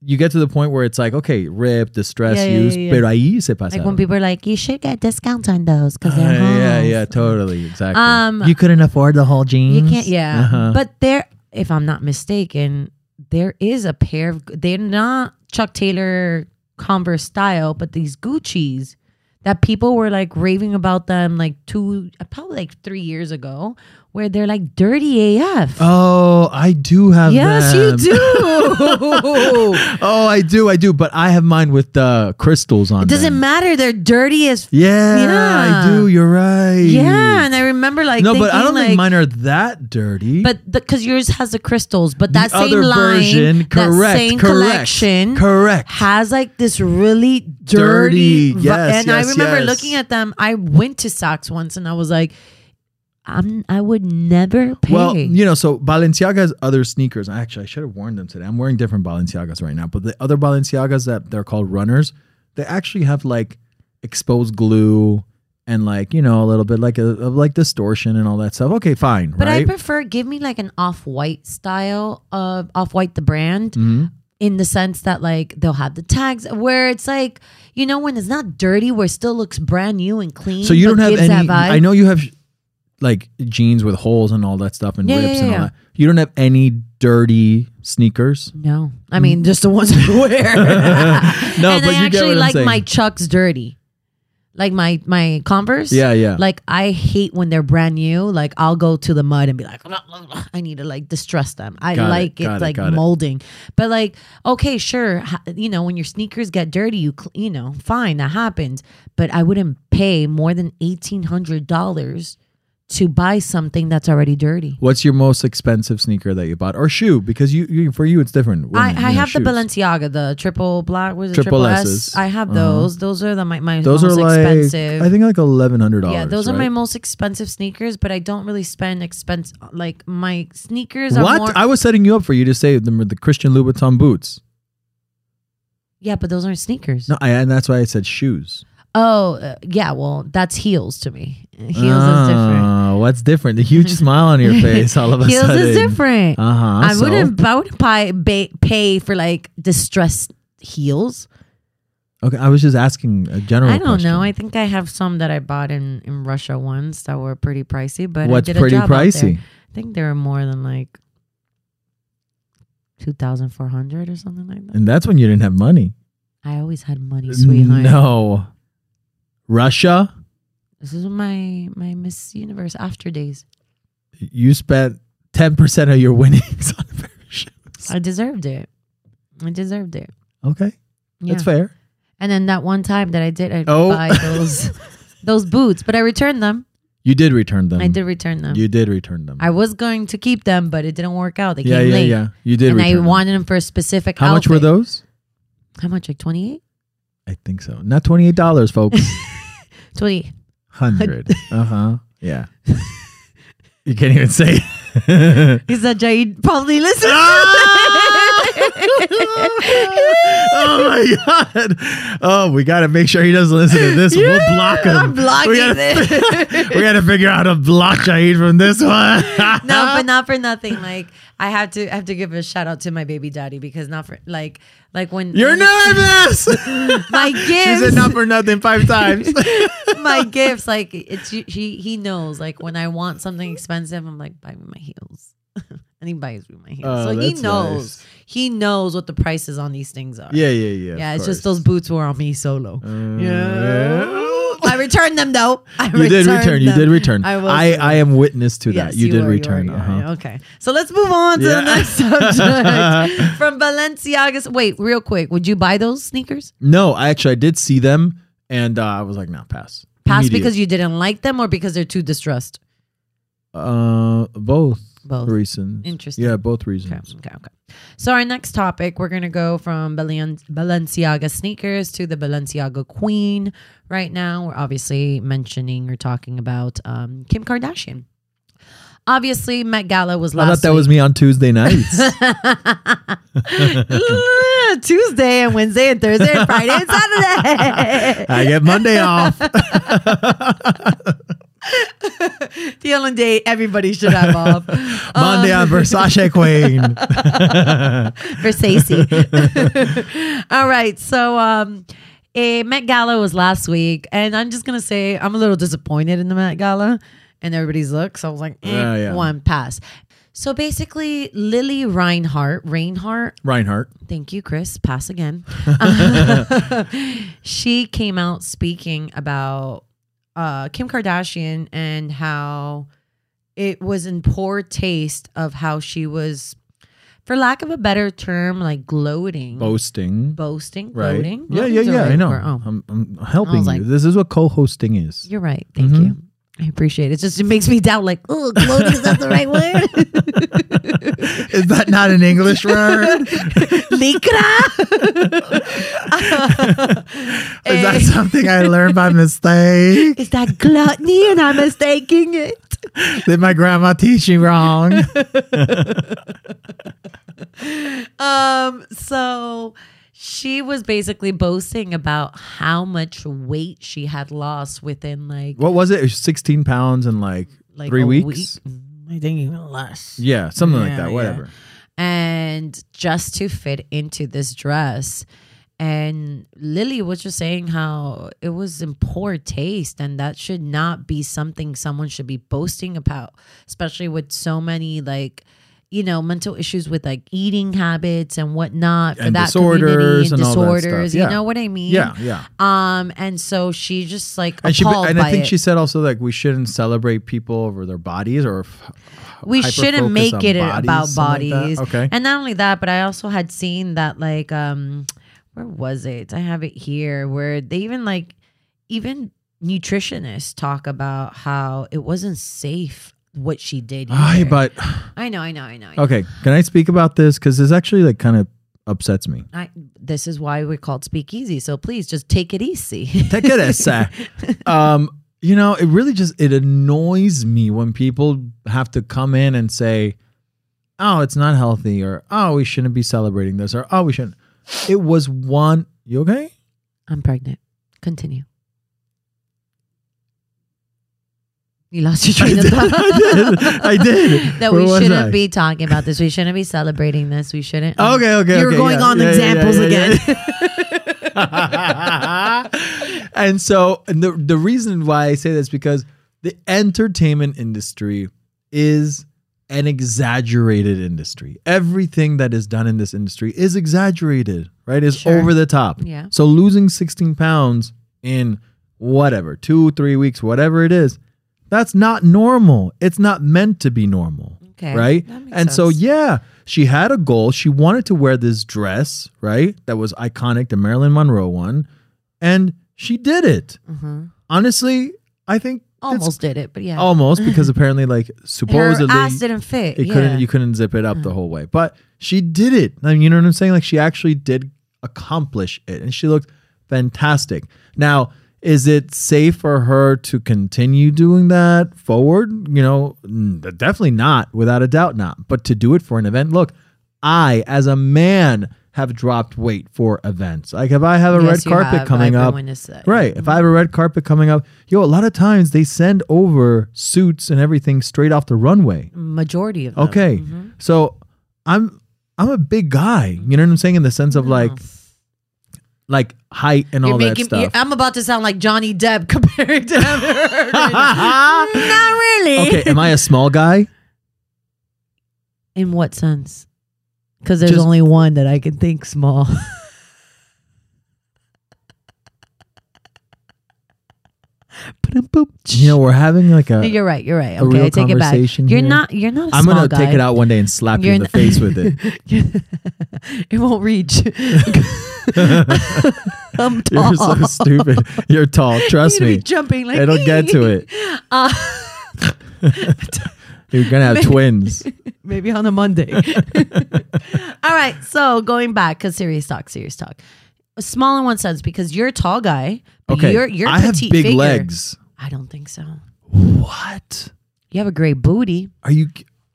B: you get to the point where it's like, okay, rip, distress,
A: Yeah, yeah,
B: use,
A: yeah, yeah.
B: pero ahí se pasaron.
A: Like when people are like, you should get discounts on those because
B: Uh,
A: they're home.
B: yeah, yeah, totally, exactly.
A: Um,
B: you couldn't afford the whole jeans.
A: You can't, yeah.
B: Uh-huh.
A: But there, if I'm not mistaken, there is a pair of, they're not Chuck Taylor Converse style, but these Gucci's that people were like raving about them like two, probably like three years ago, where they're like dirty AF.
B: oh, I do have.
A: yes,
B: them.
A: you do.
B: [laughs] Oh, I do, I do. But I have mine with the crystals on.
A: it [laughs] doesn't
B: them.
A: matter. They're dirty as. F-
B: Yeah, I
A: Yeah.
B: do. You're right.
A: yeah. And I remember like,
B: no, but I
A: thinking,
B: don't
A: like,
B: think mine are that dirty.
A: But because yours has the crystals, but that
B: the
A: same
B: other
A: line,
B: version,
A: that
B: correct,
A: same
B: correct,
A: collection,
B: correct.
A: has like this really dirty.
B: Dirty,
A: vi-
B: yes,
A: and I
B: yes,
A: remember
B: yes.
A: looking at them. I went to Saks once, and I was like, "I'm, I would never pay."
B: Well, you know, so Balenciaga's other sneakers. Actually, I should have worn them today. I'm wearing different Balenciagas right now, but the other Balenciagas that they're called runners, they actually have like exposed glue and like you know a little bit like a of like distortion and all that stuff. Okay, fine,
A: but I
B: right?
A: prefer give me like an off white style of off white the brand.
B: Mm-hmm.
A: In the sense that, like, they'll have the tags where it's like, you know, when it's not dirty, where it still looks brand new and clean.
B: so you
A: but
B: don't have
A: gives That
B: any.
A: vibe.
B: I know you have like jeans with holes and all that stuff and
A: Yeah,
B: rips
A: yeah,
B: and
A: yeah.
B: all that. You don't have any dirty sneakers.
A: No, I mean just the ones [laughs] I wear.
B: [laughs]
A: [laughs]
B: No,
A: and
B: but
A: I
B: you get
A: actually
B: what I'm
A: like
B: saying.
A: my Chucks dirty, like my my Converse.
B: Yeah, yeah.
A: Like I hate when they're brand new. Like I'll go to the mud and be like, [laughs] "Blah, blah, blah." I need to like distress them. I
B: Got it,
A: like it,
B: got it,
A: like
B: got it.
A: molding. But like, okay, sure, ha- you know when your sneakers get dirty, you cl- you know, fine, that happens. But I wouldn't pay more than $1,800 to buy something that's already dirty.
B: What's your most expensive sneaker that you bought or shoe? Because you, you for you it's
A: I,
B: different. Women,
A: I
B: you know,
A: have the
B: shoes.
A: Balenciaga, the triple black, was it
B: Triple
A: triple, S? I
B: S's. Uh-huh.
A: have those. Those are the my, my
B: Those are
A: most
B: like
A: expensive.
B: I think like eleven hundred dollars.
A: yeah, those are my
B: right?
A: most expensive sneakers, but I don't really spend expense like my sneakers are
B: What
A: more.
B: I was setting you up for you to say the, the Christian Louboutin boots.
A: yeah, but those aren't sneakers.
B: No, I, and that's why I said shoes.
A: Oh, uh, yeah. Well, that's heels to me. [laughs] Heels is different.
B: Ah, What's different?
A: [laughs]
B: The huge smile on your face all of a
A: Heels
B: sudden.
A: is different.
B: Uh huh.
A: I wouldn't, I wouldn't buy, ba- pay for like distressed heels.
B: Okay, I was just asking a general.
A: I don't
B: Oh, question.
A: know. I think I have some that I bought in, in Russia once that were pretty pricey, but
B: What's
A: I did
B: pretty
A: a job out there.
B: pricey?
A: I think they were more than like 2400 or something like that.
B: And that's when you didn't have money.
A: I always had money, sweetheart.
B: Mm, No. Russia,
A: This is my my Miss Universe after days.
B: you spent ten percent of your winnings [laughs] on a pair of shoes.
A: I deserved it. I deserved it.
B: Okay,
A: Yeah.
B: that's fair.
A: And then that one time that I did, I
B: Oh.
A: buy
B: [laughs]
A: those those boots, but I returned them.
B: You did return them.
A: I did return them.
B: You did return them.
A: I was going to keep them, but it didn't work out. They
B: yeah,
A: came
B: yeah,
A: late,
B: yeah. You did.
A: and I
B: return them.
A: wanted them for a specific.
B: How much were
A: outfit.
B: those?
A: How much? Like 28?
B: I think so. Not twenty eight
A: [laughs]
B: dollars, folks.
A: 20.
B: Hundred. uh huh. Yeah. you can't even say. it.
A: Is that Jaid probably listening?
B: [laughs] oh my god! Oh, we gotta make sure he doesn't listen to
A: [laughs]
B: this. we'll block him.
A: I'm blocking
B: we [laughs] gotta,
A: this.
B: we gotta figure out how to block Shahid from this one.
A: no, but not for nothing. Like I have to I have to give a shout out to my baby daddy because not for like like when
B: You're
A: when
B: nervous.
A: my
B: [laughs] she
A: gifts
B: said not for nothing five [laughs] times.
A: [laughs] my gifts like it's he he knows like when I want something expensive I'm like buy me my heels [laughs] and he buys me my heels
B: Oh,
A: so he
B: that's
A: knows
B: nice.
A: he knows what the prices on these things are
B: yeah, yeah, yeah. of
A: yeah it's just
B: course. Mm,
A: those boots were on me solo yeah.
B: Yeah.
A: I returned them though I
B: You did
A: returned
B: return. You
A: them.
B: did return.
A: I was
B: I, I am witness to that.
A: Yes,
B: You, did
A: are,
B: return.
A: you are, you
B: uh-huh.
A: are. Okay. So let's move on to
B: Yeah.
A: the
B: [laughs]
A: next subject. From Balenciaga's. Wait, real quick. Would you buy those sneakers?
B: No, I actually I did see them, and uh, I was like, nah, pass.
A: Pass
B: Immediate.
A: because you didn't like them or because they're too distressed?
B: uh both
A: Both.
B: reasons.
A: Interesting.
B: Yeah, both reasons.
A: Okay. Okay. Okay. So our next topic, we're gonna go from Balen- Balenciaga sneakers to the Balenciaga queen. Right now, we're obviously mentioning or talking about um, Kim Kardashian. Obviously, Met Gala was
B: I
A: last.
B: thought that was me on
A: [laughs]
B: Tuesday nights.
A: was Tuesday and Wednesday and Thursday and Friday and Saturday.
B: I get Monday off.
A: [laughs] The Ellen Day, everybody should have off. [laughs]
B: Monday
A: Um,
B: on Versace
A: [laughs]
B: Queen.
A: Versace. [laughs] All right. So, um, a Met Gala was last week, and I'm just gonna say I'm a little disappointed in the Met Gala and everybody's look. So I was like, eh,
B: Yeah, yeah.
A: one pass. So basically, Lily Reinhart, Reinhart,
B: Reinhardt.
A: Thank you, Chris. Pass
B: [laughs]
A: again. she came out speaking about uh, Kim Kardashian and how it was in poor taste of how she was, for lack of a better term, like gloating,
B: Boasting.
A: boasting,
B: Right.
A: gloating.
B: Yeah, yeah,
A: Gloating's
B: yeah.
A: alright.
B: I know.
A: Or- oh,
B: I'm, I'm helping you.
A: like-
B: this is what co-hosting is.
A: you're right. Thank
B: Mm-hmm.
A: you. I appreciate it. It's just it makes me doubt, like, oh, gloating is that the right word?
B: [laughs] is that not
A: [laughs]
B: an English word? is
A: Lycra.
B: that
A: Eh.
B: something I learned by mistake?
A: [laughs] Is that gluttony and I'm mistaking it?
B: Did my grandma teach you
A: [laughs]
B: wrong?
A: Um, so she was basically boasting about how much weight she had lost within like
B: what was it? It was 16 pounds in like,
A: like
B: three
A: a
B: weeks.
A: week. I think even less.
B: Yeah, something like
A: Yeah,
B: that.
A: yeah.
B: Whatever.
A: And just to fit into this dress. And Lily was just saying how it was in poor taste and that should not be something someone should be boasting about, especially with so many like you know, mental issues with like eating habits and whatnot for
B: And
A: that
B: disorders
A: community and
B: and all that stuff.
A: disorders.
B: Yeah.
A: You know what I mean?
B: Yeah, yeah.
A: Um, and so she just like
B: and she
A: appalled
B: and
A: by
B: I think
A: it.
B: she said also like we shouldn't celebrate people over their bodies or f-
A: we
B: hyper
A: shouldn't
B: focus
A: make
B: on
A: it
B: bodies,
A: about
B: something like
A: bodies.
B: that. okay.
A: And not only that, but I also had seen that like um where was it? I have it here where they even like even nutritionists talk about how it wasn't safe what she did.
B: [sighs] Ay,
A: either.
B: but
A: I know, I know, I know. I know.
B: okay. Can I speak about this? Because this actually like kind of upsets me.
A: I, this is why we're called speakeasy. So please just take it easy.
B: Take it easy.
A: [laughs]
B: um, you know, it really just it annoys me when people have to come in and say, "Oh, it's not healthy," or "Oh, we shouldn't be celebrating this," or "Oh, we shouldn't." It was one. You okay?
A: I'm pregnant. Continue. You lost your train of thought.
B: I did. I did.
A: [laughs] That
B: Where
A: we
B: was
A: shouldn't
B: I?
A: be talking about this. We shouldn't be celebrating this. We shouldn't. um,
B: Okay, okay.
A: You're
B: okay,
A: going
B: yeah,
A: on
B: yeah, yeah,
A: examples
B: yeah,
A: again.
B: yeah. [laughs] and so and the the reason why I say this because the entertainment industry is an exaggerated industry. Everything that is done in this industry is exaggerated, right? Is
A: Sure.
B: over the top.
A: Yeah.
B: So losing 16 pounds in whatever, 2, 3 weeks, whatever it is, that's not normal. It's not meant to be normal.
A: Okay,
B: Right?
A: that makes
B: And so
A: sense.
B: yeah, she had a goal. She wanted to wear this dress, right? That was iconic, the Marilyn Monroe one, and she did it.
A: Mhm.
B: Honestly, I think it's-
A: [laughs] Almost did it, but yeah.
B: almost
A: [laughs]
B: because apparently, like
A: Her
B: supposedly,
A: ass didn't fit.
B: it
A: yeah. Mm.
B: couldn't you couldn't zip it up the whole way, but she did it. I mean, you know what I'm saying? Like she actually did accomplish it, and she looked fantastic. Now. Is it safe for her to continue doing that forward? You know, n- definitely not, without a doubt not. But to do it for an event, look, I, as a man, have dropped weight for events. Like if I have a
A: Yes,
B: red
A: you
B: carpet
A: have.
B: coming
A: I've been
B: up,
A: witness that.
B: Right. If I have a red carpet coming up, yo, a lot of times they send over suits and everything straight off the runway.
A: Majority of them.
B: Okay.
A: Mm-hmm.
B: So I'm I'm a big guy. You know what I'm saying? In the sense of like like height and all
A: Oh. Mm-hmm. You're
B: that
A: making, you're-
B: stuff.
A: [laughs] I'm about to sound like Johnny Depp [laughs] compared
B: [laughs]
A: to Amber Heard. [laughs] Not really.
B: okay, am I a small guy?
A: In what sense? Because there's
B: Just-
A: only one that I can think small. [laughs]
B: You know, we're having like a
A: you're right. You're right.
B: a real
A: Okay, I take it back.
B: conversation
A: You're
B: here.
A: not. You're not. i
B: I'm gonna take it out one day and slap you in the
A: [laughs]
B: face with it.
A: it. it won't reach.
B: [laughs]
A: [laughs] I'm tall.
B: You're so
A: [laughs]
B: stupid. You're tall. Trust
A: You'd be
B: me.
A: jumping like
B: It'll get to it.
A: [laughs] Uh,
B: You're
A: [laughs]
B: gonna have twins.
A: maybe on a Monday.
B: [laughs]
A: All right. So going back, because serious talk, serious talk. Small in one sense because you're a tall guy. But
B: Okay.
A: You're, you're
B: I have
A: petite
B: big
A: figure.
B: legs.
A: I don't think so.
B: What?
A: You have a great booty,
B: Are you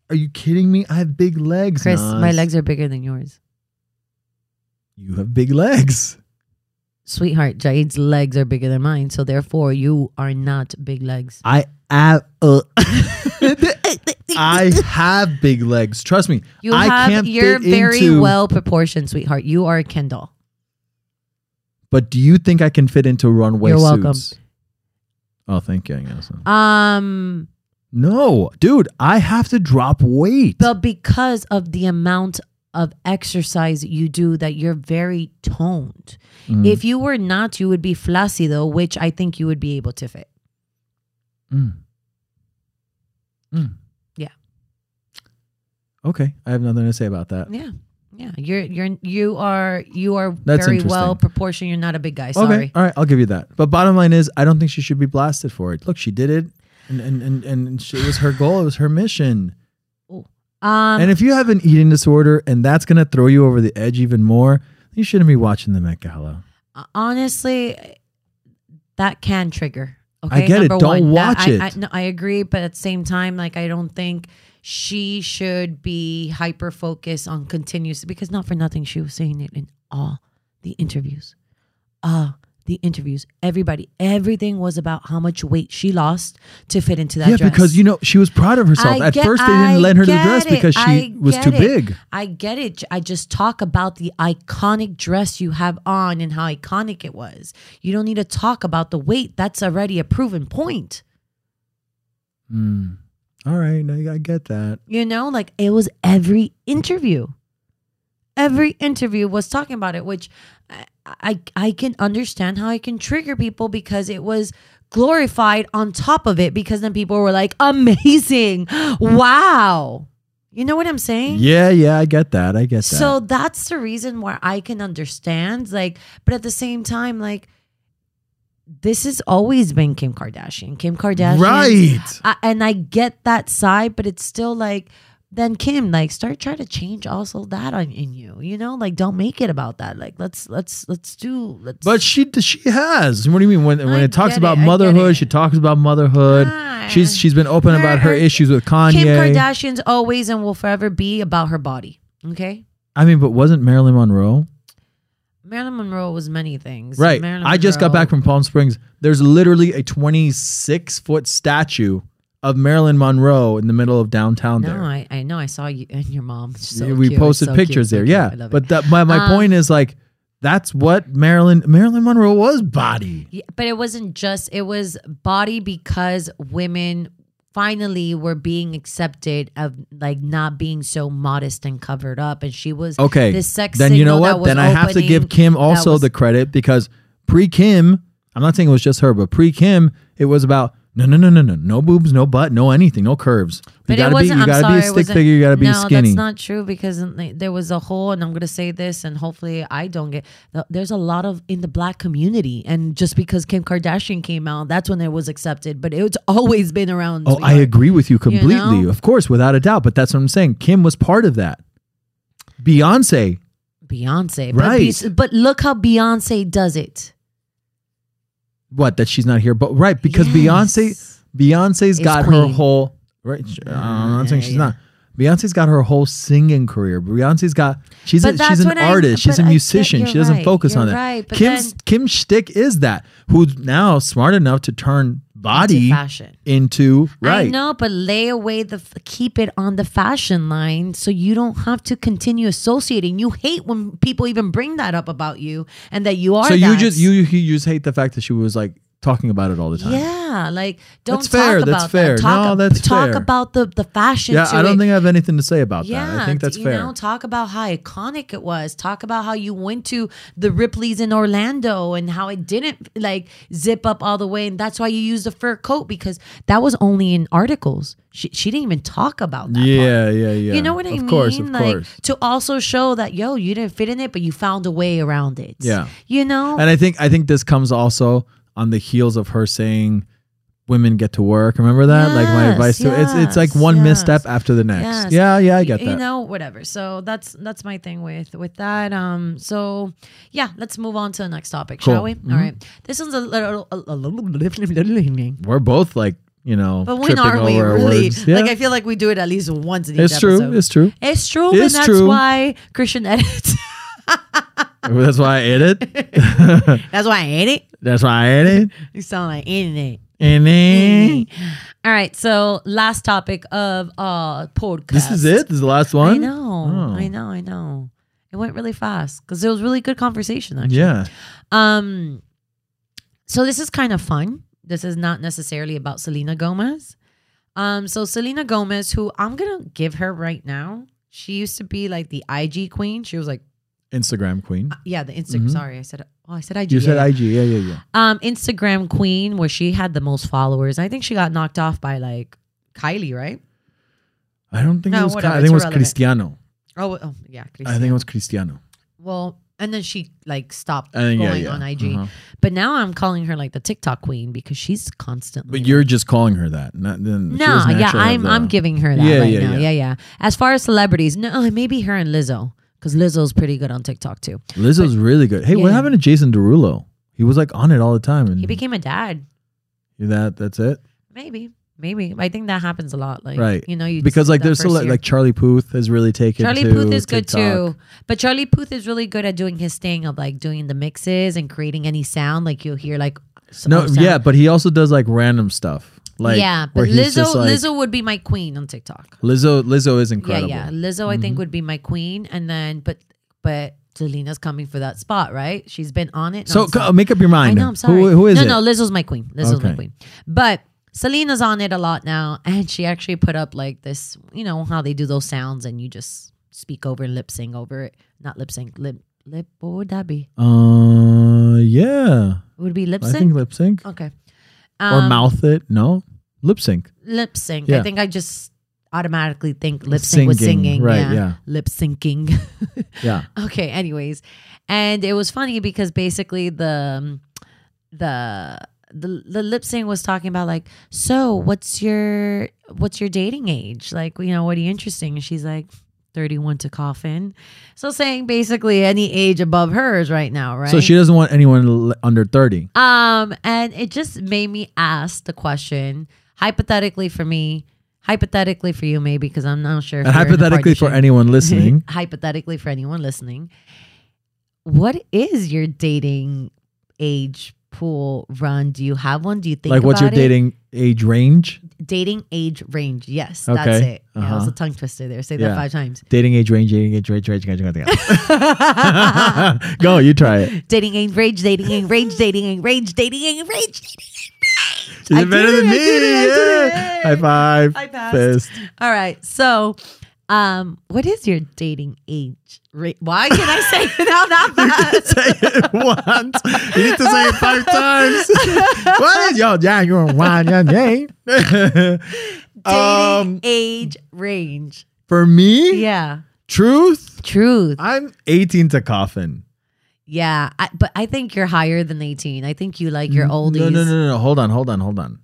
B: are you kidding me? I have big legs.
A: Chris. My
B: Nas.
A: legs are bigger than yours,
B: You have big legs.
A: sweetheart. Jaid's legs are bigger than mine, so therefore you are not big legs.
B: I have uh,
A: [laughs]
B: I have big legs. Trust me.
A: You
B: I
A: have.
B: can't
A: you're
B: fit
A: very
B: into,
A: well proportioned, sweetheart. You are a Ken doll.
B: But do you think I can fit into runway
A: You're welcome.
B: suits? Oh, thank you. I guess.
A: Um,
B: No, dude, I have to drop weight.
A: but because of the amount of exercise you do, that you're very toned.
B: Mm.
A: If you were not, you would be flacido, which I think you would be able to fit.
B: Mm. Mm.
A: Yeah.
B: Okay, I have nothing to say about that.
A: Yeah. Yeah, you're you're you are you are
B: That's
A: very
B: interesting.
A: well proportioned. You're not a big guy. Sorry.
B: Okay. All right. I'll give you that. But bottom line is, I don't think she should be blasted for it. Look, she did it, and and and, and she, it was her goal. It was her mission.
A: Um,
B: and if you have an eating disorder, and that's gonna throw you over the edge even more, you shouldn't be watching the Met Gala.
A: Uh, honestly, that can trigger. Okay,
B: get it.
A: Number
B: Don't
A: one, that-
B: watch
A: I,
B: it.
A: I, no, I agree, but at the same time, like I don't think she should be hyper focused on continuous because not for nothing she was saying it in all the interviews. Uh the interviews, everybody, everything was about how much weight she lost to fit into that
B: yeah,
A: dress.
B: because you know she was proud of herself.
A: I
B: At
A: get-
B: first, they
A: I
B: didn't lend her the
A: get
B: dress
A: it.
B: because she
A: I
B: was
A: get
B: too
A: it.
B: big.
A: I get it. I just talk about the iconic dress you have on and how iconic it was. You don't need to talk about the weight. That's already a proven point.
B: Mm. All right, I, I get that.
A: You know, like it was every interview. Every interview was talking about it, which I I, I can understand how it can trigger people because it was glorified on top of it because then people were like, amazing. Wow. You know what I'm saying?
B: Yeah, yeah, I get that. I get that.
A: So that's the reason why I can understand, like, but at the same time, like, this has always been Kim Kardashian. Kim Kardashian.
B: Right.
A: I, and I get that side, but it's still like, then Kim, like, start trying to change also that on in you. You know, like, don't make it about that. Like, let's let's let's do let's.
B: But she d- she has. What do you mean when when
A: I
B: it talks
A: get
B: about
A: it, I get
B: motherhood?
A: it.
B: She talks about motherhood.
A: Ah.
B: she's she's been open about her
A: Her-
B: issues with Kanye.
A: Kim Kardashian's always and will forever be about her body. Okay.
B: I mean, but wasn't Marilyn Monroe?
A: Marilyn Monroe was many things.
B: Right.
A: Marilyn
B: I just got
A: Monroe-
B: back from Palm Springs. There's literally a 26 foot statue of Marilyn Monroe in the middle of downtown
A: No,
B: there.
A: I, I know. I saw you and your mom. She's So
B: we
A: cute.
B: posted
A: So cute,
B: pictures
A: so
B: there.
A: cute. I
B: Yeah.
A: love
B: But
A: it.
B: that my, my
A: Um,
B: point is like that's what Marilyn Marilyn Monroe was body.
A: Yeah, but it wasn't just it was body because women finally were being accepted of like not being so modest and covered up and she was
B: Okay.
A: this sex
B: then you know
A: signal that
B: what?
A: was
B: Then I have to give
A: opening
B: Kim
A: that
B: also
A: was-
B: the credit because pre Kim, I'm not saying it was just her, but pre Kim, it was about no, no, no, no, no, no boobs, no butt, no anything, no curves. You
A: but
B: gotta
A: it wasn't
B: be, you
A: I'm
B: gotta
A: sorry,
B: be a
A: it
B: stick
A: wasn't-
B: figure. You gotta be
A: no,
B: skinny.
A: that's not true because in the- there was a whole and I'm gonna say this and hopefully I don't get th- there's a lot of in the black community and just because Kim Kardashian came out that's when it was accepted but it's [laughs] always been around
B: Oh, I
A: sweetheart.
B: agree with you completely.
A: know?
B: Of course, without a doubt. But that's what I'm saying. Kim was part of that. Beyonce.
A: Beyonce but
B: Right.
A: Beyonce- but look how Beyonce does it
B: What? That she's not here. But right, because Beyonce
A: Yes.
B: Beyonce's
A: Is
B: got her
A: queen.
B: whole right. sh- uh, I'm not saying
A: yeah,
B: she's
A: yeah.
B: not. Beyonce's got her whole singing career. Beyonce's got she's a,
A: But
B: she's
A: that's
B: an
A: what I-
B: artist. she's
A: but
B: a
A: I get-
B: musician.
A: you're
B: She doesn't
A: right,
B: focus
A: you're
B: on that.
A: right, but
B: Kim's
A: then-
B: Kim Stick is that who's now smart enough to turn body
A: fashion.
B: into right.
A: I know, but lay away the f- keep it on the fashion line so you don't have to continue associating. You hate when people even bring that up about you and that you are.
B: So you
A: that.
B: just you you just hate the fact that she was like talking about it all the time.
A: yeah, like don't
B: That's fair,
A: talk
B: that's
A: about
B: fair.
A: that. Talk,
B: No, that's
A: talk
B: fair.
A: about the the fashion.
B: Yeah,
A: to
B: I don't
A: it.
B: think I have anything to say about that. I think
A: d-
B: that's
A: you
B: fair.
A: Know, talk about how iconic it was. Talk about how you went to the Ripley's in Orlando and how it didn't like zip up all the way, and that's why you used a fur coat because that was only in articles. She she didn't even talk about that. part.
B: yeah, yeah, yeah.
A: You know what I
B: of
A: mean?
B: course, of
A: like
B: course.
A: to also show that yo, you didn't fit in it, but you found a way around it.
B: Yeah.
A: You know?
B: And I think I think this comes also on the heels of her saying women get to work. Remember that? like my
A: Yes,
B: advice to it's it's like
A: yes,
B: one
A: yes.
B: misstep after the next.
A: Yes.
B: Yeah, yeah, I get
A: you
B: that.
A: know, whatever. So that's that's my thing with with that. Um so yeah, let's move on to the next topic,
B: Cool. Mm-hmm.
A: shall we? All right. This one's a little [laughs] a, a little
B: We're both like, you know,
A: But when
B: tripping
A: are
B: over
A: we
B: our
A: really?
B: words. Yeah.
A: Like I feel like we do it at least once in
B: it's
A: each
B: true.
A: episode.
B: It's
A: [laughs]
B: true.
A: It's true,
B: It's
A: and that's
B: true.
A: why Christian [laughs] edits.
B: That's why I ate it. [laughs]
A: that's why I hate it.
B: That's why I ate it.
A: You sound like ain't it.
B: And then Mm-hmm.
A: All right, so last topic of uh podcast.
B: this is it. This is the last one.
A: I know,
B: Oh.
A: I know, I know. It went really fast because it was really good conversation actually.
B: Yeah.
A: Um, so this is kind of fun. This is not necessarily about Selena Gomez. Um, so Selena Gomez, who I'm gonna give her right now, she used to be like the IG queen. She was like,
B: Instagram queen.
A: yeah, the Instagram.
B: Mhm.
A: Sorry, I said, oh, I said IG.
B: You
A: yeah,
B: said
A: yeah.
B: IG. Yeah, yeah, yeah.
A: um, Instagram queen, where she had the most followers. I think she got knocked off by like Kylie, right?
B: I don't think
A: No,
B: it was. Ki-
A: whatever,
B: I think it
A: it's
B: was
A: irrelevant.
B: Cristiano.
A: Oh, oh yeah, Christina.
B: I think it was Cristiano.
A: Well, and then she like stopped
B: I think, yeah,
A: going
B: yeah.
A: on IG.
B: Uh-huh.
A: But now I'm calling her like the TikTok queen because she's constantly.
B: But you're just calling her that. Not then. she
A: no,
B: was
A: yeah,
B: natural of
A: I'm
B: the-
A: I'm giving her that
B: Yeah,
A: right
B: yeah,
A: now.
B: yeah.
A: Yeah. yeah, As far as celebrities, no, [laughs] maybe her and Lizzo because Lizzo's pretty good on TikTok too.
B: Lizzo's really good. Hey, what
A: Yeah.
B: happened to Jason Derulo? He was like on it all the time, and
A: He became a dad,
B: that that's it,
A: maybe, maybe. I think that happens a lot. Like,
B: right?
A: You know, you
B: because
A: see
B: like
A: that
B: there's still
A: first
B: like,
A: year.
B: like Charlie Puth has really taken.
A: Charlie
B: to
A: Puth is good
B: TikTok.
A: too, but Charlie Puth is really good at doing his thing of like doing the mixes and creating any sound. Like you'll hear like some
B: No,
A: sound.
B: yeah, but he also does like random stuff. Like
A: yeah.
B: where
A: But
B: he's
A: Lizzo,
B: just, like-
A: Lizzo would be my queen on TikTok.
B: Lizzo, Lizzo is incredible. Mm-hmm.
A: Yeah, yeah. Lizzo, I think, would be my queen, and then but but Selena's coming for that spot, right? She's been on it.
B: So
A: nonstop.
B: co- make up your
A: I
B: mind.
A: know. I'm sorry.
B: Who, who is
A: no,
B: it?
A: No, Lizzo's my queen. Lizzo's
B: Okay.
A: my queen. But Selena's on it a lot now, and she actually put up like this. You know how they do those sounds, and you just speak over and lip sync over it. Not lip sync. Lip lip. What would that be?
B: Uh, yeah,
A: Would it be lip
B: I think
A: sync? Um,
B: lip sync
A: Okay.
B: or mouth it. No, lip sync.
A: lip sync.
B: Yeah.
A: I think I just automatically think lip sync was
B: Singing,
A: singing.
B: right,
A: Yeah.
B: yeah.
A: Lip syncing. [laughs]
B: Yeah,
A: okay. Anyways, and it was funny because basically the um, the the the lip sync was talking about like, so what's your what's your dating age? Like, you know, what are you interesting? And she's like, thirty one to coffin. So saying basically any age above hers right now, right?
B: So she doesn't want anyone l- under 30.
A: Um, and it just made me ask the question hypothetically for me, hypothetically for you, maybe because I'm not sure. if
B: And
A: you're in a
B: hypothetically, for
A: partnership. [laughs]
B: anyone listening,
A: hypothetically for anyone listening, what is your dating age pool run? Do you have one? Do you think
B: like what's your
A: about it?
B: dating age range?
A: dating age range? Yes, that's
B: Okay.
A: it. Yeah, it was
B: Uh-huh.
A: a tongue twister there. Say
B: Yeah.
A: that five
B: [laughs]
A: times. [laughs]
B: Dating age range, dating age range, range, range, range. Go, you try it.
A: dating age range, dating age range, dating age range, dating age range. dating age range.
B: You
A: I
B: did better
A: did it,
B: than
A: I
B: me.
A: did it, I did
B: yeah.
A: it.
B: High five.
A: I passed. [laughs]
B: Fist.
A: All right. So, um, what is your dating age? Ra- Why can I say it [laughs] out
B: [laughs]
A: that fast?
B: say it once. You need to say it five times.
A: [laughs]
B: what is yo, yeah, you're one, yeah,
A: dating
B: yeah. um,
A: age range.
B: for me,
A: Yeah.
B: truth,
A: Truth.
B: I'm 18 to coffin.
A: Yeah. I, but I think you're higher than 18. I think you like your oldies.
B: Mm, No, no, no, no. Hold on, hold on, hold on.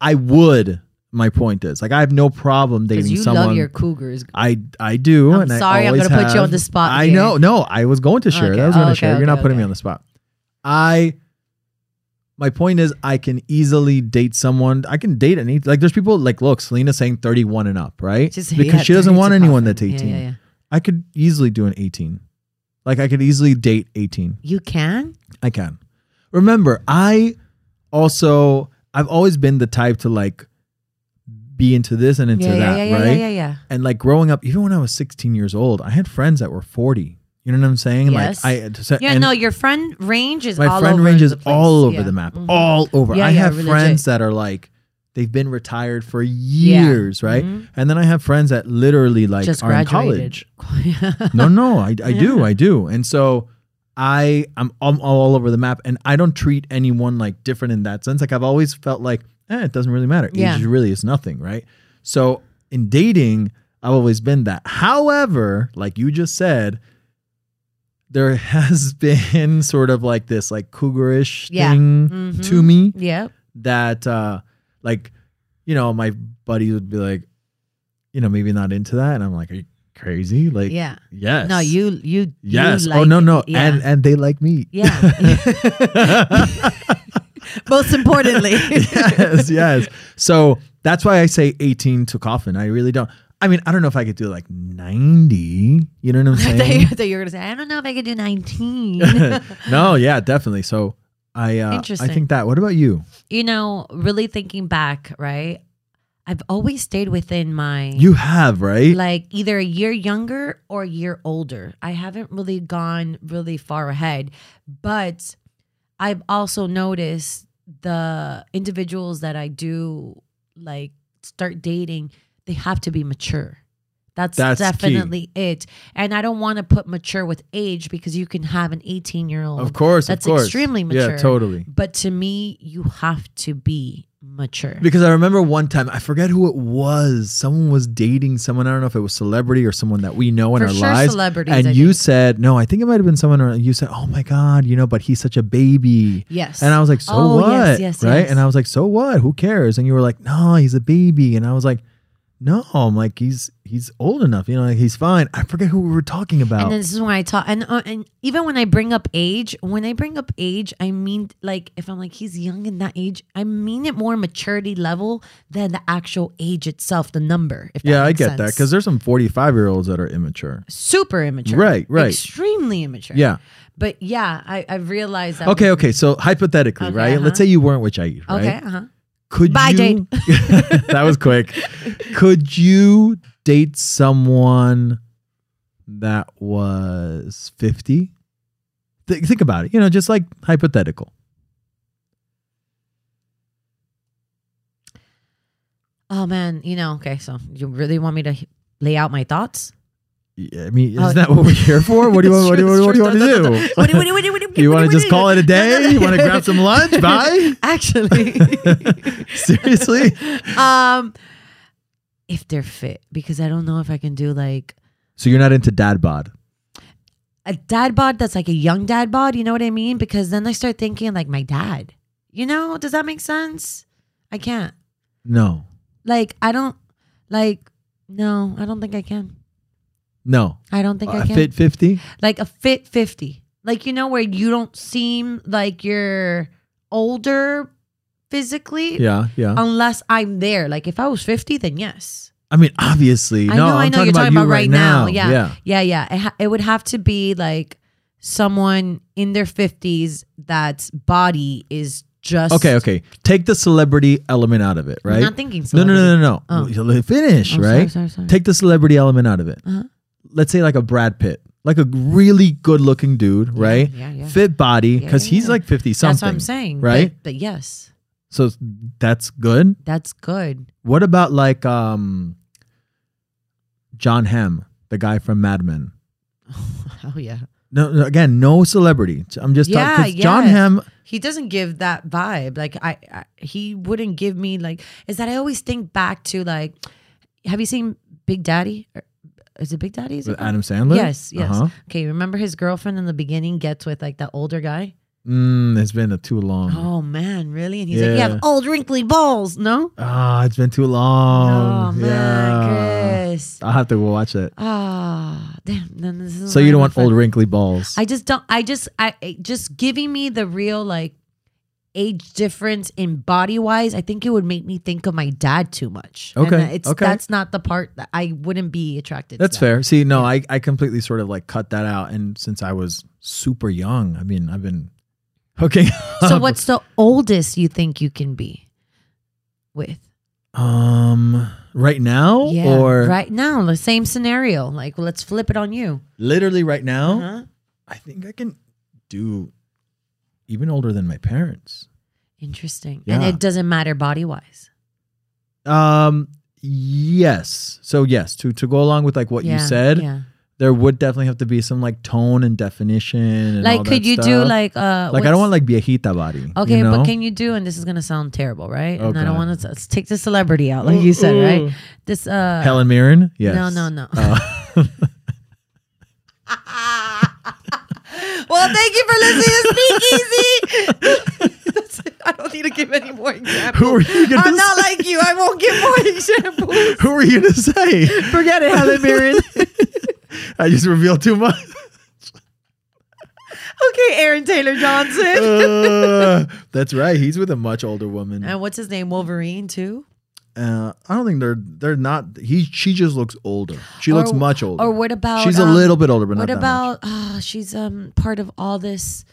B: I would. My point is, like, I have no problem dating
A: Because you
B: someone.
A: love your cougars.
B: I I do.
A: I'm
B: and I
A: sorry, I'm
B: always
A: gonna put you
B: have.
A: on the spot
B: I
A: here.
B: know. No, I was going to share.
A: Okay, Oh,
B: That I was going to
A: okay,
B: share. You're
A: okay,
B: not putting me
A: okay.
B: on the spot. I. My point is, I can easily date someone. I can date any. Like, there's people like, look, Selena's saying 31 and up, right?
A: Just,
B: because
A: yeah,
B: she doesn't
A: it's a
B: want anyone
A: coffin.
B: that's 18.
A: Yeah, yeah, yeah.
B: I could easily do an 18. Like, I could easily date 18.
A: You can?
B: I can. Remember, I also I've always been the type to like be into this and into
A: yeah,
B: that,
A: yeah, yeah,
B: right?
A: yeah, yeah, yeah.
B: And like growing up, even when I was 16 years old, I had friends that were 40. You know what I'm saying?
A: Yes.
B: Like I so-
A: Yeah,
B: and
A: no, your friend range is
B: my
A: all
B: friend
A: over
B: range
A: the
B: is
A: place.
B: all over
A: Yeah.
B: the map.
A: Mhm.
B: All over.
A: Yeah,
B: I
A: yeah,
B: have
A: really
B: friends that are like they've been retired for years, right?
A: Mhm.
B: And then I have friends that literally like
A: Just
B: are in college
A: graduated. [laughs] Yeah.
B: no, no, I, I do,
A: Yeah.
B: I do, and so I I'm, I'm all over the map, and I don't treat anyone like different in that sense. Like I've always felt like eh, it doesn't really matter.
A: Yeah.
B: Age really is nothing, right? So in dating, I've always been that. However, like you just said. There [laughs] has been sort of like this like cougarish
A: Yeah.
B: thing to
A: Mhm.
B: me
A: Yep.
B: that uh like you know my buddy would be like you know maybe not into that and i'm like are you crazy like
A: Yeah.
B: yes
A: No, you you
B: yes
A: You
B: oh
A: like
B: no
A: it.
B: no
A: Yeah.
B: and and they like me [laughs]
A: yeah. [laughs] Most importantly.
B: [laughs] yes yes so that's why i say 18 to coffin i really don't i mean i don't know if i could do like 90 you know what
A: [laughs] [laughs] I
B: i'm
A: thought, you,
B: saying
A: I thought you were gonna say, I don't know if I could do 19. [laughs]
B: [laughs] no yeah definitely so i uh, i
A: Interesting.
B: think that what about you
A: you know, really thinking back, right? I've always stayed within my
B: you have right
A: like either a year younger or a year older. I haven't really gone really far ahead, but I've also noticed the individuals that I do like start dating, they have to be mature. That's,
B: That's key.
A: definitely it. And I don't want to put mature with age because you can have an 18 year old
B: of course
A: that's
B: of course
A: extremely
B: yeah
A: mature.
B: totally
A: but to me, you have to be mature.
B: Because I remember one time, I forget who it was. Someone was dating someone. I don't know if it was celebrity or someone that we know in
A: For
B: our
A: sure,
B: lives.
A: celebrities.
B: And
A: I
B: you
A: think.
B: said, no, I think it might have been someone. or- You said, oh my god, you know, but he's such a baby.
A: yes,
B: And I was like, so
A: Oh,
B: what?
A: yes, yes,
B: right?
A: yes.
B: And I was like, so what? Who cares? And you were like, no, he's a baby. And I was like, no, I'm like he's he's old enough. You know, like, he's fine. I forget who we were talking about.
A: And then this is when I talk, and uh, and even when I bring up age, when I bring up age, I mean like if I'm like he's young in that age, I mean it more maturity level than the actual age itself, the number. If that
B: yeah, I
A: makes
B: get that
A: sense.
B: because there's some 45 year olds that are immature.
A: super immature,
B: Right, right.
A: extremely immature.
B: Yeah.
A: but yeah, I I realized that.
B: Okay. Okay. So hypothetically,
A: Okay,
B: right?
A: uh-huh.
B: Let's say you weren't with Jair, right?
A: okay, uh-huh.
B: Could
A: Bye,
B: you,
A: Jade.
B: [laughs] that was quick. Could you date someone that was 50? Th- think about it. You know, just like hypothetical.
A: Oh man, you know. Okay, so you really want me to h- lay out my thoughts?
B: Yeah, I mean, isn't
A: Oh.
B: that what we're here for? What do
A: [laughs]
B: you want? What do you, what do you want to do?
A: What do you want to
B: You want to just call it a day? You want to grab
A: [laughs]
B: some lunch? Bye. [laughs]
A: Actually, [laughs]
B: Seriously?
A: um if they're fit because i don't know if i can do like
B: So you're not into dad bod?
A: a dad bod that's like a young dad bod. You know what I mean? Because then I start thinking like my dad. You know? Does that make sense? I can't.
B: No,
A: Like I don't. Like no, I don't think I can.
B: no.
A: I don't think I
B: Uh,
A: can.
B: fit 50?
A: like a fit 50 like you know where you don't seem like you're older physically
B: Yeah, yeah.
A: unless i'm there like if i was 50 then yes
B: I mean, obviously.
A: i
B: no,
A: know i
B: I'm
A: know
B: talking
A: you're
B: about
A: talking
B: you
A: about right now, yeah
B: yeah.
A: yeah yeah it, ha- it would have to be like someone in their 50s that's body is just
B: Okay, okay. Take the celebrity element out of it,
A: I'm
B: right?
A: not thinking
B: no, no, no, no, no.
A: Oh.
B: Well, let me Finish,
A: I'm sorry,
B: right?
A: sorry, sorry.
B: Take the celebrity element out of it.
A: Uh-huh.
B: Let's say like a Brad Pitt, like a really good-looking dude, right?
A: yeah, yeah.
B: Fit body,
A: Yeah,
B: because
A: yeah,
B: he's
A: yeah.
B: like fifty something.
A: that's what i'm saying but-
B: right?
A: but yes
B: So that's good.
A: that's good [laughs]
B: What about like um John Hamm, the guy from Mad Men?
A: oh yeah
B: No, no, again, no celebrity. I'm just
A: Yeah,
B: talking 'cause John
A: yeah.
B: Hamm.
A: he doesn't give that vibe like I, I he wouldn't give me like is that i always think back to like have you seen big daddy Or- is it big daddy is it
B: With
A: called?
B: Adam Sandler.
A: yes yes
B: Uh-huh.
A: okay remember his girlfriend in the beginning gets with like that older guy
B: Mm, it's been a too long.
A: oh man really and he's like you
B: Yeah.
A: have old wrinkly balls no
B: Ah, it's been too
A: oh
B: long. yeah.
A: man chris
B: I'll have to go watch it.
A: ah damn then this is
B: So you
A: not
B: don't
A: my
B: want
A: friend.
B: old wrinkly balls.
A: I just don't. I just I I- just giving me the real like age difference in body wise. I think it would make me think of my dad too much. And
B: Okay,
A: it's
B: okay.
A: that's not the part that I wouldn't be attracted.
B: That's
A: to that.
B: fair. See, no, I, I completely sort of like cut that out. And since I was super young, I mean, I've been [laughs] hooking
A: So
B: up.
A: what's the oldest you think you can be with?
B: um right now or
A: right now the same scenario. Like well, let's flip it on you.
B: literally right now?
A: Uh-huh.
B: I think I can do even older than my parents.
A: Interesting.
B: Yeah.
A: And it doesn't matter body wise.
B: Um yes. So yes, to to go along with like what you said,
A: Yeah.
B: there would definitely have to be some like tone and definition and all
A: Like,
B: that
A: could you do
B: stuff.
A: like uh?
B: like I
A: what's-
B: don't want like viejita body.
A: Okay,
B: you know?
A: but can you do? And this is gonna sound terrible, right?
B: Oh,
A: and I don't
B: God.
A: want to take the celebrity out, like you said, right? This uh,
B: Helen Mirren? Yes.
A: no, no, no.
B: Oh.
A: [laughs] well, thank you for listening to Speakeasy. [laughs] That's it. I don't need to give any more examples.
B: [laughs] Who are you gonna
A: I'm not
B: say?
A: like you. I won't give
B: [laughs]
A: more examples.
B: Who are you gonna say?
A: Forget it, Helen Mirren.
B: I just revealed too much.
A: [laughs] okay, Aaron Taylor Johnson.
B: Uh, that's right. He's with a much older woman.
A: And what's his name? Wolverine too.
B: Uh, I don't think they're they're not. He she just looks older. She looks
A: Or-
B: much older.
A: Or what about?
B: She's a
A: um,
B: little bit older, but
A: What
B: not
A: about? ah, she's um part of all this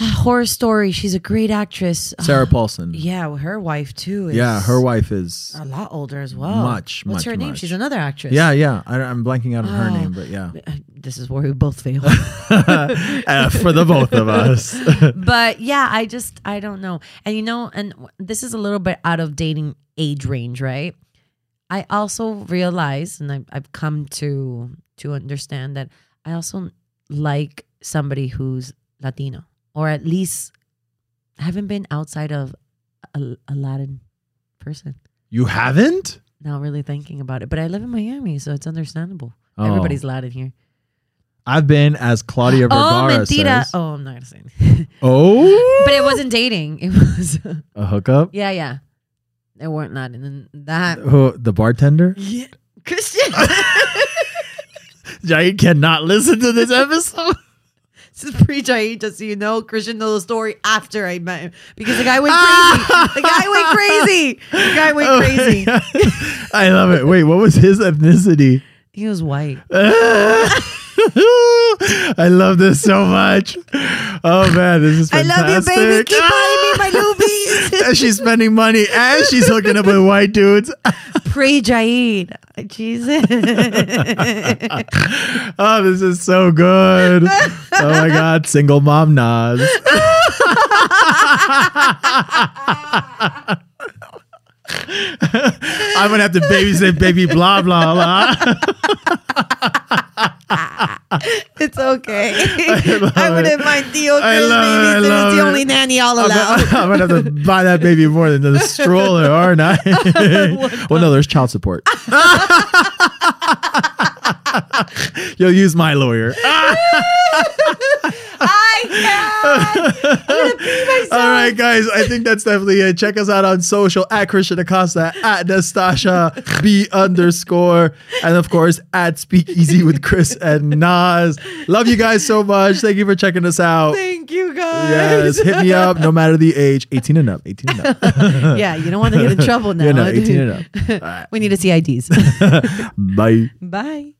A: uh, horror story. She's a great actress.
B: that much. Sarah Paulson. Yeah,
A: Yeah, well, her wife too. Is
B: her wife is.
A: a lot older as well.
B: Much,
A: What's
B: much,
A: her name?
B: much.
A: She's another actress.
B: Yeah, yeah. I, am blanking out on her
A: Oh.
B: name,
A: [laughs]
B: but yeah.
A: Uh, This is where we both
B: [laughs]
A: fail.
B: Uh, for the both of us.
A: but yeah, I just I don't know. And you know, and w- this is a little bit out of dating age range, right? I also realize, and I've, I've come to to understand that I also like somebody who's Latino, or at least haven't been outside of a, a Latin person.
B: [laughs] you haven't?
A: Not really thinking about it, but I live in Miami, so it's understandable.
B: Oh.
A: Everybody's Latin here.
B: I've been as Claudia Vergara
A: oh, mentira!
B: says. Oh,
A: Oh, I'm not gonna say. it. [laughs] but it wasn't dating. It was. [laughs]
B: a hookup.
A: Yeah, yeah. They weren't not in that.
B: Who the [laughs] bartender?
A: Yeah. [laughs] Christian,
B: Jai cannot listen to this episode.
A: this is pre Jaid, just so you know. Christian knows the story after I met him because the guy went
B: Ah!
A: crazy. the guy went crazy. The guy went
B: [laughs] Oh,
A: crazy.
B: I love it. Wait, what was his ethnicity? [laughs]
A: He was white.
B: I love this so much. Oh man, this is
A: I
B: fantastic.
A: love you, baby. Keep
B: [laughs]
A: buying me [laughs] my lubies.
B: and she's spending money and she's hooking up with white dudes.
A: pre Jaid, Jesus.
B: [laughs] Oh, this is so good. Oh my god, single mom Nas. I'm gonna have to babysit baby blah blah blah.
A: it's
B: [laughs]
A: okay. [laughs] I wouldn't mind Theo.
B: I
A: Chris
B: love it, I
A: babies.
B: love
A: It's
B: it.
A: the only nanny I'll
B: I'm
A: allow.
B: [laughs] gonna, I'm gonna have to buy that baby more than the stroller, aren't I? well, no, there's child support. [laughs] You'll use my lawyer.
A: I can't. I'm gonna pee myself.
B: [laughs] All right, guys. I think that's definitely it. Check us out on social at Christian Acosta, at Nastasha B underscore, and of course at Speakeasy with Chris and Nas. Love you guys so much. Thank you for checking us out.
A: Thank you guys.
B: Yes, hit me up. No matter the age, eighteen and up. Eighteen and up.
A: [laughs] yeah, you don't
B: [laughs]
A: want to get in trouble now. [laughs]
B: You know, eighteen and up.
A: we need to see IDs.
B: [laughs] Bye.
A: Bye.